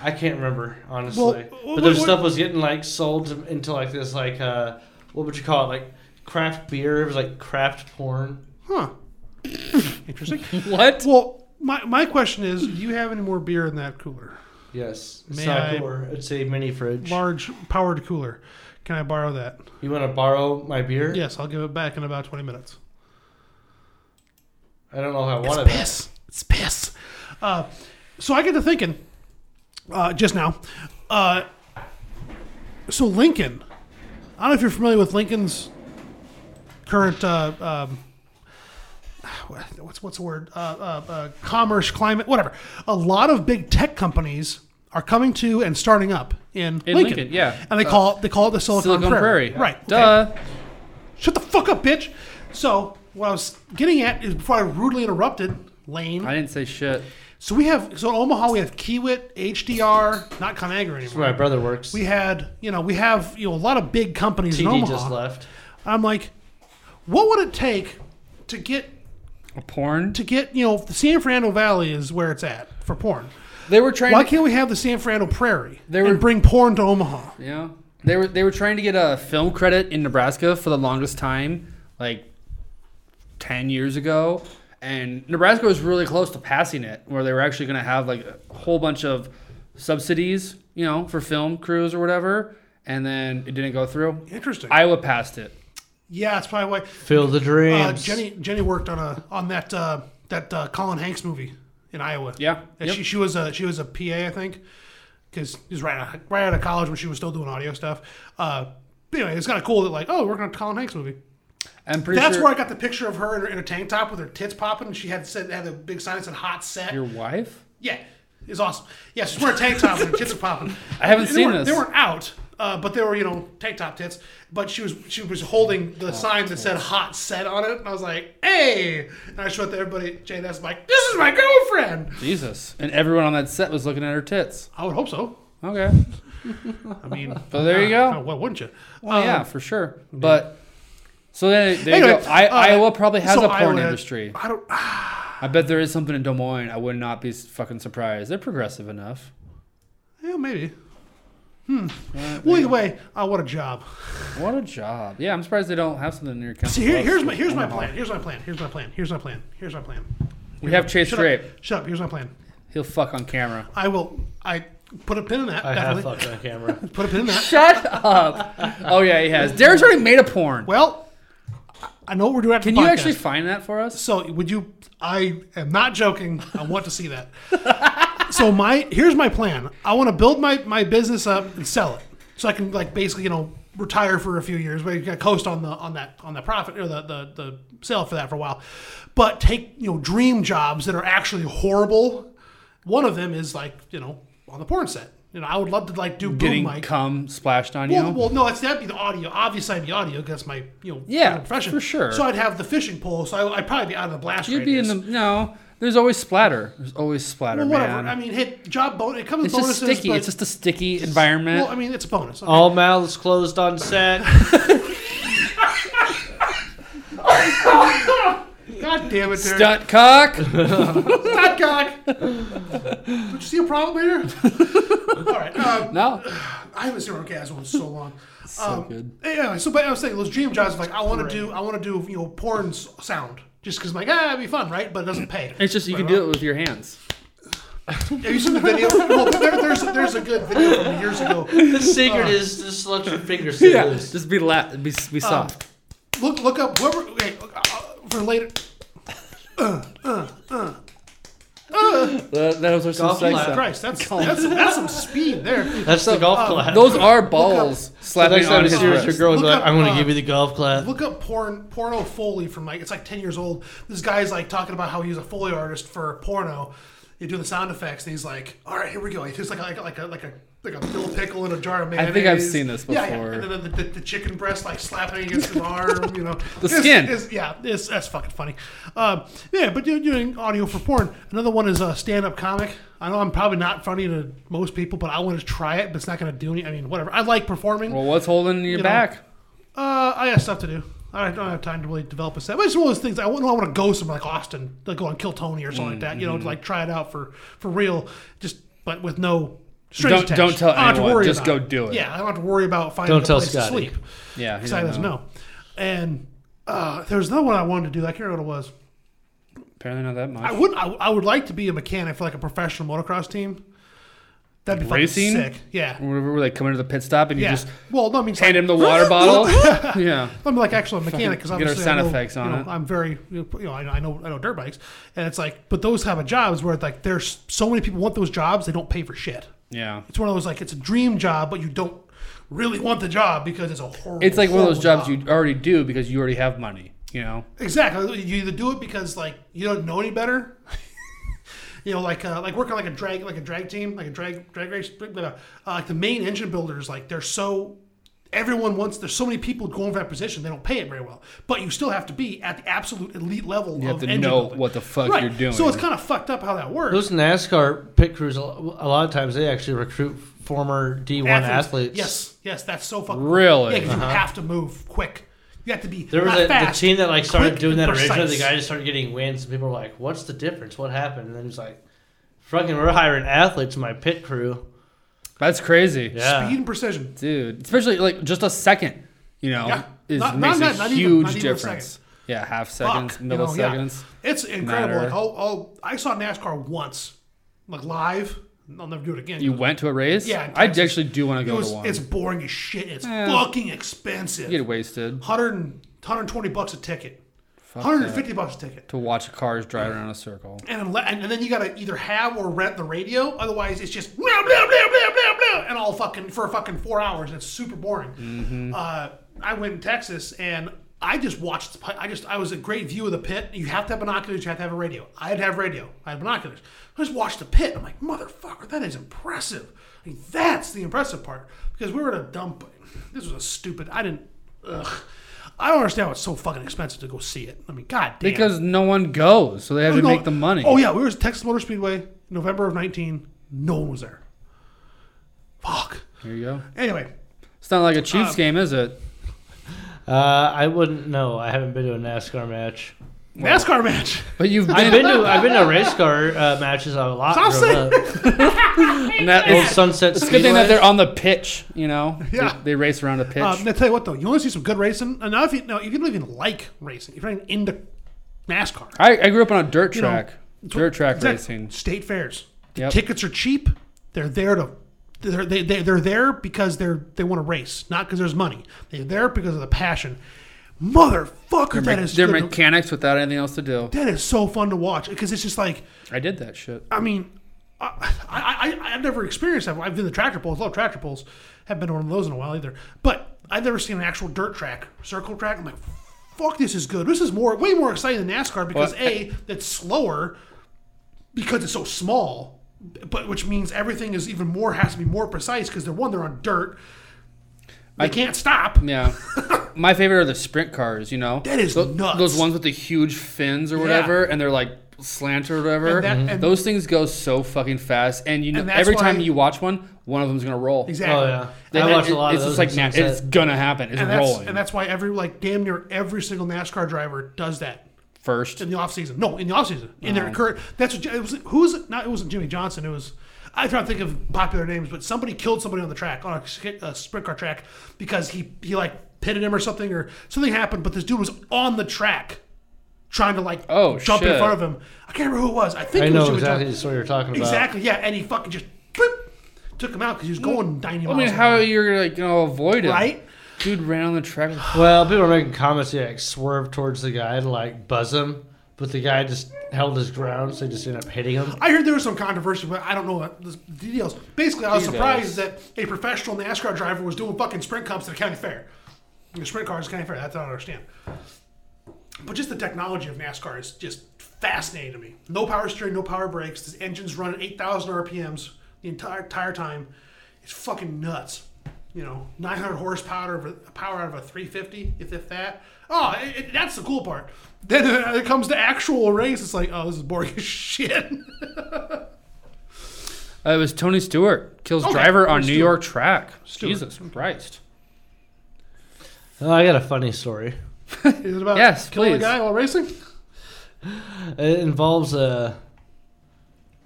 I can't remember honestly.
Well,
but
what-
their
what-
stuff was getting like sold to- into like this like uh, what would you call it like craft beer? It was like craft porn.
Huh. *laughs* Interesting.
What?
Well, my, my question is, do you have any more beer in that cooler?
Yes, it's
May
not
I-
a cooler. It's a mini fridge.
Large powered cooler. Can I borrow that?
you want to borrow my beer?
Yes, I'll give it back in about 20 minutes.
I don't know if I
It's
wanted that.
piss. It's piss. Uh, so I get to thinking uh, just now. Uh, so Lincoln, I don't know if you're familiar with Lincoln's current uh, um, what's what's the word uh, uh, uh, commerce climate whatever. A lot of big tech companies are coming to and starting up in,
In
Lincoln.
Lincoln, yeah. Uh,
and they call it, they call it the Silicon,
Silicon Prairie.
right? okay.
Duh.
Shut the fuck up, bitch. So what I was getting at is before I rudely interrupted Lane.
I didn't say shit.
So we have so in Omaha we have Kiewit, HDR, not ConAgra
Where
anymore.
my brother works.
We had you know we have you know a lot of big companies in
TD
Omaha.
just left.
I'm like, what would it take to get
A porn.
to get you know the San Fernando Valley is where it's at for porn?
They were trying.
Why
to,
can't we have the San Fernando Prairie
They were-
and bring porn to Omaha?
you know, they were they were trying to get a film credit in Nebraska for the longest time, like ten years ago, and Nebraska was really close to passing it, where they were actually going to have like a whole bunch of subsidies, you know, for film crews or whatever, and then it didn't go through.
Interesting.
Iowa passed it.
yeah, that's probably why.
Fill the dreams.
Uh, Jenny Jenny worked on a on that uh, that uh, Colin Hanks movie in Iowa.
Yeah.
And
Yep.
She, she was a she was a PA, I think, because she was right out, right out of college when she was still doing audio stuff. Uh, but anyway, it's kind of cool that like, oh, we're working on a Colin Hanks movie.
I'm pretty
That's
sure
where I got the picture of her in, her in a tank top with her tits popping, and she had said had a big sign that said "hot set."
your wife.
yeah, it's awesome. Yeah, she's wearing a tank top and her tits are popping.
I haven't
They
seen
weren't-
this.
They weren't out, uh, but they were you know tank top tits. But she was she was holding the sign that said "hot set" on it, and I was like, "Hey!" And I showed it to everybody. Jay, that's like, "This is my girlfriend."
Jesus, and everyone on that set was looking at her tits.
I would hope so.
Okay,
Uh-huh. I mean,
*laughs* so there you go.
Oh, why wouldn't you?
Well,
Um,
yeah, for sure. But so then there
anyway,
you go. I,
uh,
Iowa probably has
so
a porn
Iowa-
industry.
I don't.
I bet there is something in Des Moines. I would not be s- fucking surprised. They're progressive enough.
Yeah, maybe. Hmm. Well, either way, uh, what a job.
What a job. Yeah, I'm surprised they don't have something in your country.
See, here, here's my here's my plan. Here's my plan. Here's my plan. Here's my plan. Here's my plan.
We have Chase
Shut
Drape.
up. Shut up. Here's my plan.
He'll fuck on camera.
I will. I put a pin in that.
I have
definitely.
fucked
*laughs*
on camera.
Put a pin in that.
Shut up. Oh yeah, he has. Derek's already made a porn.
Well, I- I know what we're doing. After
Can
the
you
podcast.
actually find that for us?
So would you? I am not joking. I want to
*laughs*
see that. so my here's my plan. I want to build my my business up and sell it, so I can like basically you know retire for a few years, but I coast on the on that on the profit or the, the the sale for that for a while. But take you know dream jobs that are actually horrible. One of them is like you know on the porn set. You know I would love to like do boom
Getting
mic.
cum splashed on
Well,
you.
well, no, that's that'd be the audio. Obviously, I'd be audio because that's my you know
Yeah,
my profession
for sure.
So I'd have the fishing pole. So I, I'd probably be out of the blast.
You'd be in
radius.
the no. There's always splatter. There's always splatter,
well, whatever.
man.
I mean, hit job bonus. It comes
it's
with
just
bonuses.
sticky.
but-
It's just a Oh. sticky environment.
well, I mean, it's a bonus. Okay.
All mouths closed on set.
God damn it, Derek.
Stunt cock.
*laughs* Stunt cock. Don't you see a problem here?
*laughs*
All right. Um,
No.
I haven't seen orgasm in so long. So
good.
Yeah. So, but I was saying those dream jobs. Like, I want to do. I want to do. You know, porn s- sound. Just because, like, ah, it'd be fun, right? But it doesn't pay.
It's just you can do it with your hands.
Have you seen
*laughs*
the video? Well, there, there's there's a good video from years ago.
The secret is just let your fingers sit loose.
Just be la- be, be soft.
Look look up whoever okay, uh, for later.
Th- those are some
Golf
sex
clap.
sounds.
Christ, that's that's, that's some speed there.
That's the golf clap.
Those are balls
the
slapping
next
on
time
his
serious, your
wrist.
girl would be
Look
like,
up,
"I'm going to
uh,
give you the golf clap."
Look up porn porno Foley from like it's like ten years old. This guy's like talking about how he was a Foley artist for porno. You do the sound effects, and he's like, "All right, here we go." It's like like like a like a like a dill pickle in a jar of mayonnaise.
think I've seen this
Yeah, yeah.
before.
And then the, the, the chicken breast like slapping against his arm. You know,
*laughs*
the
skin.
yeah, it's, that's fucking funny. Um, yeah, but you're doing audio for porn. Another one is a stand-up comic. I know I'm probably not funny to most people, but I want to try it. But it's not going to do any. I mean, whatever. I like performing.
Well, what's holding you,
know,
back?
Uh, I got stuff to do. I don't have time to really develop a set. But it's one of those things. I want. I want to go somewhere like Austin, like go and kill Tony or something like that. You
Mm-hmm.
know, to like try it out for for real. Just but with no. strings
Don't-
attached.
don't tell
I don't have to
anyone.
worry
Just
about
go do it.
Yeah, I don't have to worry about finding
Don't
a
tell
place to
Scotty.
sleep
Yeah, he
because I
doesn't
doesn't
know.
know. And uh, there was another one I wanted to do. I can't remember what it was.
Apparently not that
I
much.
would. I, I would like to be a mechanic for like a professional motocross team. That'd be fucking
Racing?
sick. Yeah.
Whenever they come into the pit stop and you
Yeah.
just
well, no, I mean, it's
hand
like-
him the
*laughs*
water bottle. yeah.
I'm like actually a mechanic because
Fucking get our
obviously
sound
I know,
effects on
you know,
it.
I'm very you know I know I know, I know dirt bikes and it's like but those type of jobs where like there's so many people want those jobs they don't pay for shit.
Yeah.
It's one of those like it's a dream job but you don't really want the job because it's a horrible.
It's like one of those
horrible
jobs
job.
you already do because you already have money, you know?
exactly you either do it because like you don't know any better. *laughs* You know, like uh, like working like a drag like a drag team like a drag drag race blah, blah, blah. Uh, like the main engine builders like they're so everyone wants there's so many people going for that position they don't pay it very well but you still have to be at the absolute elite level
You have
of
to
engine
know
building.
what the fuck
right.
you're doing.
so it's kind of fucked up how that works
Those NASCAR pit crews, a lo- a lot of times they actually recruit former D1 athletes. Uh-huh.
yes yes that's so fucking
Really?
yeah 'cause you have to move quick you have to be
There was
not
a, the
fast,
team that like started
quick,
doing that
and
originally. The
precise.
guy just started getting wins, and people were like, "What's the difference? What happened?" And then he's like, "Fucking, we're hiring athletes in my pit crew."
That's crazy.
Yeah,
speed and precision
Dude. Especially like just a second, you know,
Yeah.
is
Not-
makes
not-
a
not even-
huge
not even a
difference. Yeah, half seconds,
Fuck, you know, yeah.
milliseconds.
It's incredible.
matter.
Like, I'll, I'll, I saw NASCAR once, like live. and I'll never do it again.
You went to a race?
Yeah, in
I
Texas.
actually do want to
It
go
was,
to one.
it's boring as shit. It's
Yeah.
fucking expensive.
You get wasted
100 and, 120 bucks a ticket. 150 bucks a ticket.
to watch cars drive around a circle.
And, unle- and and then you gotta either have or rent the radio. Otherwise, it's just blah blah blah blah blah blah, and all fucking for fucking four hours. It's super boring. Uh, I went in Texas and I just watched. the pi- I just I was a great view of the pit. You have to have binoculars. You have to have a radio. I had to have radio. I had binoculars. I just watched the pit. I'm like, motherfucker, that is impressive. I mean, that's the impressive part because we were at a dump. This was a stupid. I didn't. Ugh. I don't understand why it's so fucking expensive to go see it. I mean, god damn.
Because no one goes, so they have to
No.
make the money.
Oh yeah, we were at Texas Motor Speedway, November of nineteen. No one was there. Fuck.
Here you go.
Anyway,
It's not like a Chiefs game, is it?
uh, I wouldn't know. I haven't been to a NASCAR match.
NASCAR match.
But you've
I've
been,
been to I've been to race car uh, matches a lot.
Stop
growing
saying-
up.
and that
Old
is-
Sunset
It's a good thing that
Speedway.
they're on the pitch, you know?
Yeah.
They, they race around a pitch.
Um, I tell you what though, you want to see some good racing? And now if you now if you don't even like racing, if you're not even into NASCAR,
I, I grew up on a dirt
you know,
track.
tw-
dirt track
exact-
racing.
state fairs. The
Yep.
tickets are cheap. They're there to. They're, they, they, they're there because they're they want to race, not because there's money. They're there because of the passion. Motherfucker, that
Me-
is
they're
good-
mechanics without anything else to do.
that is so fun to watch because it's just like
I did that shit.
I mean, I, I, I, I've never experienced that. I've been to tractor pulls, love tractor pulls. Haven't been to one of those in a while either. But I've never seen an actual dirt track, circle track. I'm like, fuck, this is good. This is more, way more exciting than NASCAR because
Well,
a, that's slower because it's so small, but which means everything is even more has to be more precise because they're one, they're on dirt. They can't stop. *laughs*
oh,
Yeah. My favorite are the sprint cars, you know?
That is
Tho-
nuts.
Those ones with the huge fins or whatever, and they're like slant or whatever. Mm-hmm.
And that- Mhm. and-
those things go so fucking fast. And you know,
And that's
every time
why-
you watch one, one of them's going to roll.
Exactly.
Oh yeah,
They-
I
it-
watch a lot
It's
of those.
just like,
in
na-
Sunset.
it's going to happen. It's
and that's,
rolling.
and that's why every like damn near every single NASCAR driver does that.
first.
in the off season. No, in the off season. In their
Oh.
current. That's what it was. Who's not? It wasn't Jimmy Johnson. It was. I try to think of popular names, but somebody killed somebody on the track on a, sk- a sprint car track because he he like pitted him or something or something happened. But this dude was on the track trying to like
Oh,
jump in
shit.
front of him. I can't remember who it was. I think
I
it
know
was Jimmy
exactly the
Johnson.
story you're talking about.
Exactly. Yeah, and he fucking just boop, took him out because he was going
I
ninety miles.
mean,
an
how
hour.
you're like gonna avoid it?
Right?
Dude ran on the track. with-
Well, people were making comments. He like swerved towards the guy to like buzz him, but the guy just held his ground, so he just ended up hitting him.
I heard there was some controversy, but I don't know what the details. Basically, I was
Jesus.
surprised that a professional NASCAR driver was doing fucking sprint comps at a county fair. The sprint cars at county fair. That's what I don't understand. But just the technology of NASCAR is just fascinating to me. No power steering, no power brakes. This engine's run at 8,000 RPMs the entire entire time. It's fucking nuts. You know, 900 horsepower of a, power out of a 350, if, if that. Oh, it, it- that's the cool part. Then uh, it comes to actual race. It's like, oh, this is boring *laughs* as shit.
Uh, it was Tony Stewart kills
Okay,
driver on
Tony
New
Stewart.
York track.
Stewart.
Jesus Christ!
Oh, I got a funny story.
Is it about
Yes,
killing a
please.
guy while racing?
It involves a.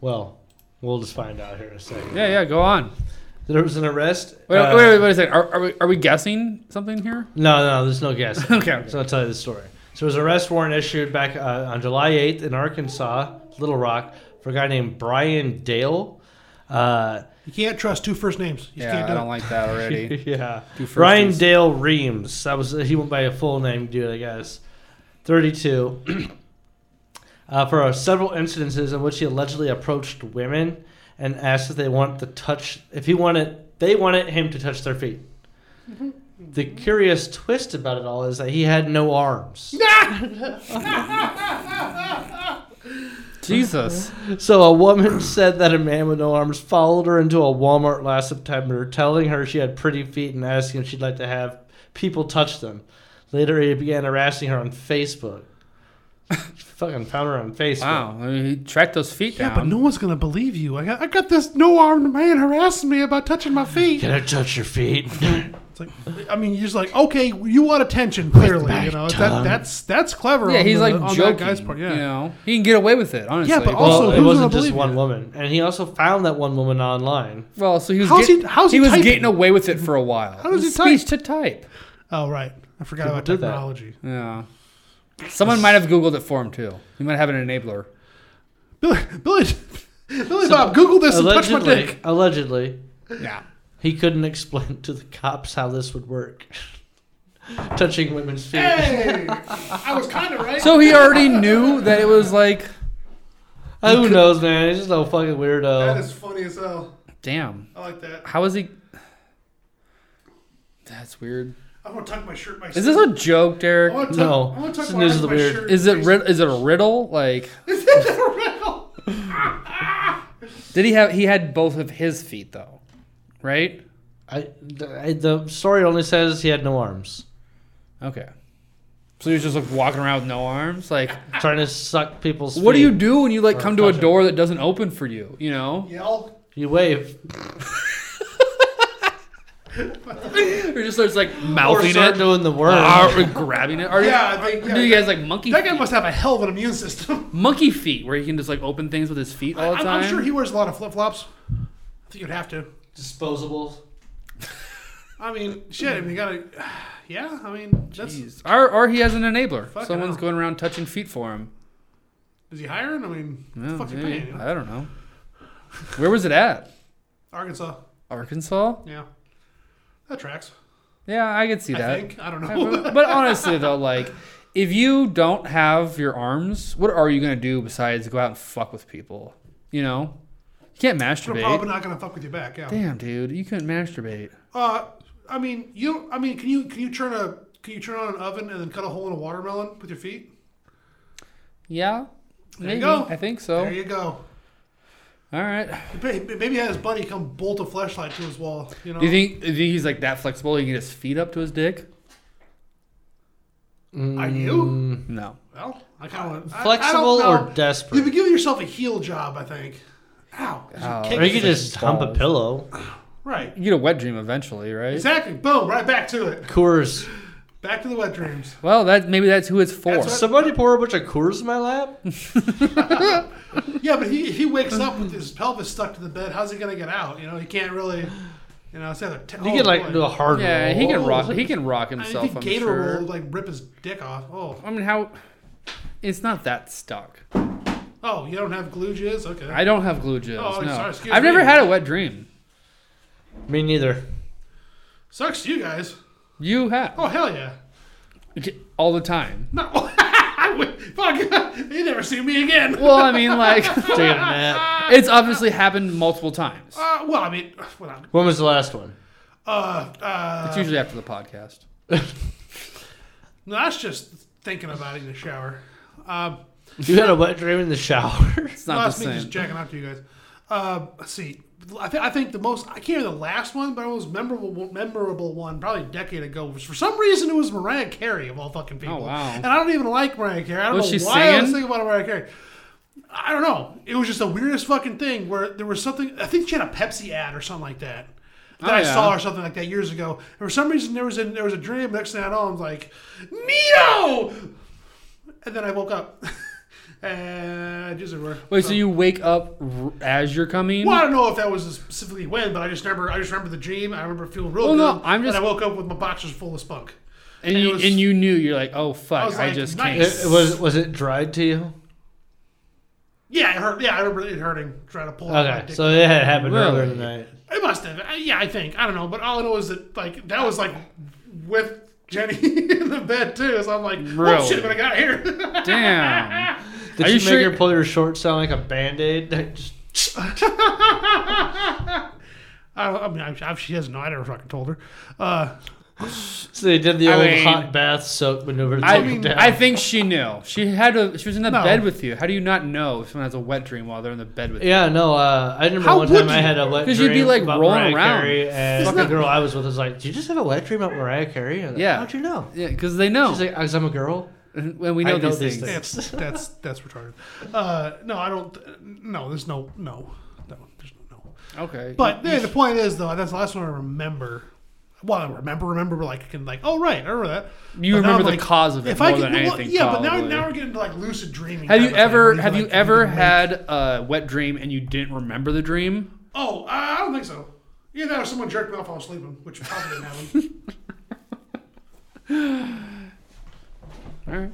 Well, we'll just find out here in a second.
Yeah, yeah. Go on.
There was an arrest.
Wait,
uh,
wait, wait, wait a second. Are, are we are we guessing something here?
No, no, there's no guess.
*laughs* Okay.
So I'll tell you the story. So there was an arrest warrant issued back uh, on July 8th in Arkansas, Little Rock, for a guy named Brian Dale. Uh,
You can't trust two first names. You
yeah,
can't do
I don't
it.
like that *laughs* already.
yeah.
Two firsties.
Brian Dale Reams. That was he went by a full name, dude. I guess. Thirty-two. *clears throat* uh, for uh, several incidences in which he allegedly approached women and asked if they want to touch, if he wanted, they wanted him to touch their feet. The curious twist about it all is that he had no arms.
Jesus.
So a woman *laughs* said that a man with no arms followed her into a Walmart last September, telling her she had pretty feet and asking if she'd like to have people touch them. Later, he began harassing her on Facebook. *laughs* Fucking found her on Facebook.
Wow. I mean, he tracked those feet
Yeah,
down.
but no one's gonna believe you. I got, I got this no armed man harassing me about touching my feet.
Can I touch
*laughs*
your feet?
It's like, I mean, you're just like, okay, you want attention clearly, you know. That,
tongue.
that's that's clever.
yeah,
on
he's
the-
like
on
joking.
that guy's part. Yeah,
You know, he can get away with it. Honestly.
but
Well,
also-
well, it
who's
wasn't
gonna
just
believe
one
you?
woman, and he also found that one woman online.
well, so he was.
How's
get-
he- how's he
was
typing?
getting away with it for a while. How
does he type?
Speech to type.
Oh right, I forgot
People
about
do that.
technology.
Yeah. Someone might have googled it for him too. He might have an enabler.
Billy, Billy, *laughs* Billy Bob, Google this and touch my
Allegedly,
dick.
allegedly,
Yeah.
he couldn't explain to the cops how this would work. *laughs* Touching women's feet.
Hey, I was kind of right.
So he already knew that it was like,
Who knows, man? He's just a fucking
that
weirdo.
is funny as hell.
damn.
I like that.
How is he? That's weird.
I'm gonna tuck my shirt myself.
Is this a joke,
I wanna
Derek?
tuck-
No,
I wanna
it's
tuck
the
my
news of the
my
weird.
shirt
Is it
face-
rid- is it a riddle? Like,
Is it a riddle?
did he have? He had both of his feet though, right?
I, th- I, the story only says he had no arms.
Okay. So he was just like walking around with no arms. Like,
Trying to suck people's
what do you
feet.
do when you like come to a
touch 'em.
door that doesn't open for you? You
*laughs*
know,
Yell.
You wave.
you're just starts like
Or
mouthing
start
it,
doing the worm.
Arr, or grabbing it. Are you-
Yeah, I think-
do you
yeah.
guys like monkey?
That guy
feet?
must have a hell of an immune system.
monkey feet, where he can just like open things with his feet *laughs* all the
I'm,
time.
I'm sure he wears a lot of flip flops. I think you'd have to.
*laughs* Disposables.
I mean, shit. I mean, you gotta. *sighs* Yeah, I mean, that's.
Jeez. Or, or he has an enabler.
Fucking
Someone's
hell.
going around touching feet for him.
Is he hiring? I mean,
Yeah,
fucking
maybe.
paying. you know?
I don't know. Where was it at?
Arkansas.
Arkansas?
Yeah, that tracks.
Yeah, I could see
I
that.
think. I don't
Yeah,
*laughs* know.
but, but honestly, though, like, if you don't have your arms, what are you going to do besides go out and fuck with people? You know? You can't
They're
masturbate.
probably not gonna fuck with you back. Yeah.
Damn, dude. You couldn't masturbate.
Uh, I mean, you. I mean, can you can you turn a can you turn on an oven and then cut a hole in a watermelon with your feet?
Yeah.
There you
Maybe.
go.
I think so.
There you go.
All right.
Maybe maybe had his buddy come bolt a flashlight to his wall. You know.
Do you
Oh.
think, do you think he's like that flexible? He can get his feet up to his dick?
Are you?
No.
Well, I kind of
Flexible or
You've been
desperate?
giving yourself a heel job, I think. Ow.
Ow.
Or you could just hump a
Oh, Balls.
pillow.
Right.
You get a wet dream eventually, right?
Exactly. Boom. Right back to it.
Coors
Back to the wet dreams.
Well, that maybe that's who it's for.
That's what-
Somebody pour a bunch of Coors in my lap?
Yeah, but he, he wakes up with his pelvis stuck to the bed. How's he gonna get out? You know, he can't really. You know, it's either t- oh,
You get like
boy.
do a hard
yeah,
roll.
he can rock. He can rock
I
himself.
think
I'm
Gator
sure.
will like rip his dick off. Oh,
I mean, how? It's not that stuck.
oh, you don't have glue jizz? Okay.
I don't have glue jizz.
Oh,
no,
sorry, excuse
I've never
me.
had a wet dream.
Me neither.
Sucks, to you guys.
You have
Oh hell yeah.
all the time.
No, *laughs* I would, fuck. *laughs* You never see me again.
Well, I mean,
*laughs*
like *laughs*
Take a nap.
it's obviously happened multiple times.
Uh, well, I mean, well, I'm-
When was the last one?
uh, uh,
It's usually after the podcast.
no, that's just thinking about it in the shower. Um,
You had a wet dream in the shower. *laughs*
It's
no,
not
that's
the
me
same.
just jacking off to you guys. Uh, let's see. I, th- I think the most I can't remember the last one, but it was memorable memorable one probably a decade ago. Was for some reason it was Mariah Carey of all fucking people.
Oh, wow.
And I don't even like Mariah Carey. I don't
Was
know
she
why I was
singing?
thinking about Mariah Carey. I don't know. It was just the weirdest fucking thing where there was something. I think she had a Pepsi ad or something like that that
Oh,
I
yeah.
saw or something like that years ago. And for some reason there was a there was a dream. Next thing I know, I'm like, Neo. And then I woke up. *laughs* and just everywhere.
Wait, so you wake up r- as you're coming?
Well, I don't know if that was specifically when, but I just remember I just remember the dream. I remember feeling real
Well, no,
good.
I'm just-
and I woke up with my boxers full of spunk.
and
it
you
was-
and you knew you're like, oh
I
fuck,
was
I,
like,
just
nice.
can't.
It- it was was it dried to you?
Yeah, it hurt. Yeah, I remember it hurting trying to pull out my
Okay,
dick.
so it had happened earlier
Really?
tonight.
it must have. I- Yeah, I think I don't know, but all I know is that like that was like with Jenny *laughs* in the bed too. So I'm like, oh
Really?
shit, when I got here, *laughs*
Damn.
Did
Are
you,
you
make
sure-
her pull your shorts sound like a band aid? Just
I, don't, I mean, I'm, I'm, she doesn't know. I never fucking told her. Uh,
so they did the
I
old
mean-
hot bath soap maneuver. To
I,
take him down.
I think she knew. She had a. She was in the
No.
bed with you. How do you not know if someone has a wet dream while they're in the bed with you?
Yeah, no, uh, I remember
How
one
would
time I
you?
had a wet dream.
'Cause you'd be, like,
about
rolling
Mariah
around.
Carey, and
It's
the
not-
girl I was with was like, "Did you just have a wet dream about Mariah Carey?" I'm like,
Yeah.
How'd you know?
Yeah, because they know.
She's like, "Cause I'm a girl."
and we
I
know,
know
these
these
things.
that's
things.
that's that's retarded. Uh, no, I don't. No, there's no no no. There's no no.
Okay.
But yeah, the point is though, that's the last one I remember. Well, I remember, remember, but like I can like, oh right, I remember that.
you
But now
remember
I'm
the
like,
cause of it
If
more
I can,
than
well,
anything.
yeah, but now,
probably.
now we're getting to like lucid dreaming.
Have
kind
you
of thing, where
ever have
like,
you ever
can
had a wet dream and you didn't remember the dream?
make- Oh, I I don't think so. Either that or someone jerked me off while I was sleeping, which probably didn't happen.
*laughs* All right.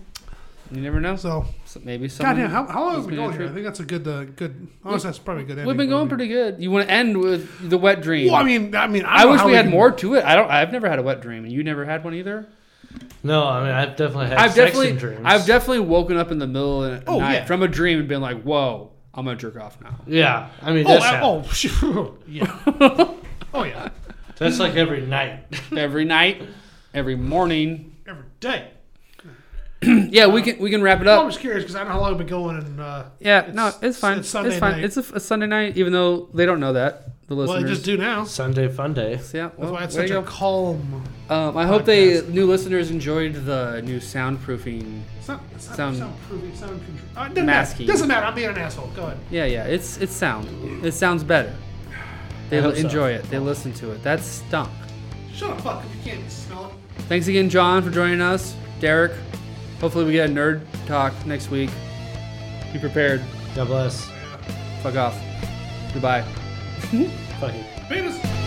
You never know.
so,
So maybe someone.
goddamn, how, how long
has
have we
been
going here? I
intrigued.
think that's a good, uh, good. Honestly, that's probably a good.
We've been going pretty good. You want to end with the wet dream?
Well, I mean, I mean, I,
I
don't know
wish
how
we had
can-
more to it. I don't. I've never had a wet dream, and you never had one either.
No, I mean, I've definitely had
I've
sex
definitely,
in dreams.
I've definitely woken up in the middle of the
Oh,
night
yeah.
from a dream and been like, "Whoa, I'm gonna jerk off
*laughs*
now."
yeah, I mean,
Oh,
that's,
I,
happened.
oh,
*laughs*
yeah. oh yeah,
that's like every night. *laughs*
every night, every morning.
every
*laughs*
day.
Yeah, we can we can wrap it
Well, I'm
up.
just curious because I don't know how long I've been going and. Uh,
Yeah, no,
it's-
it's fine.
it's
It's,
Sunday
fine.
night.
It's a, a Sunday night, even though they don't know that the
well,
listeners.
I just do now.
Sunday fun day.
Yeah, well,
That's why it's
there
such
you
a
go.
calm.
Um, I hope they
podcast.
new listeners enjoyed the new soundproofing.
It's not, it's not
Sound-
sound proofing, sound control. Uh, it doesn't, matter.
Masking.
doesn't matter. I'm being an asshole. Go ahead.
Yeah, yeah, it's it's sound. It sounds better. They
I hope so.
enjoy it. They listen to it. That's stunk.
Shut the fuck up. You can't smell it.
Thanks again, John, for joining us. Derek, hopefully we get a nerd talk next week. Be prepared.
God bless.
Fuck off. Goodbye.
Fuck you.
Penis.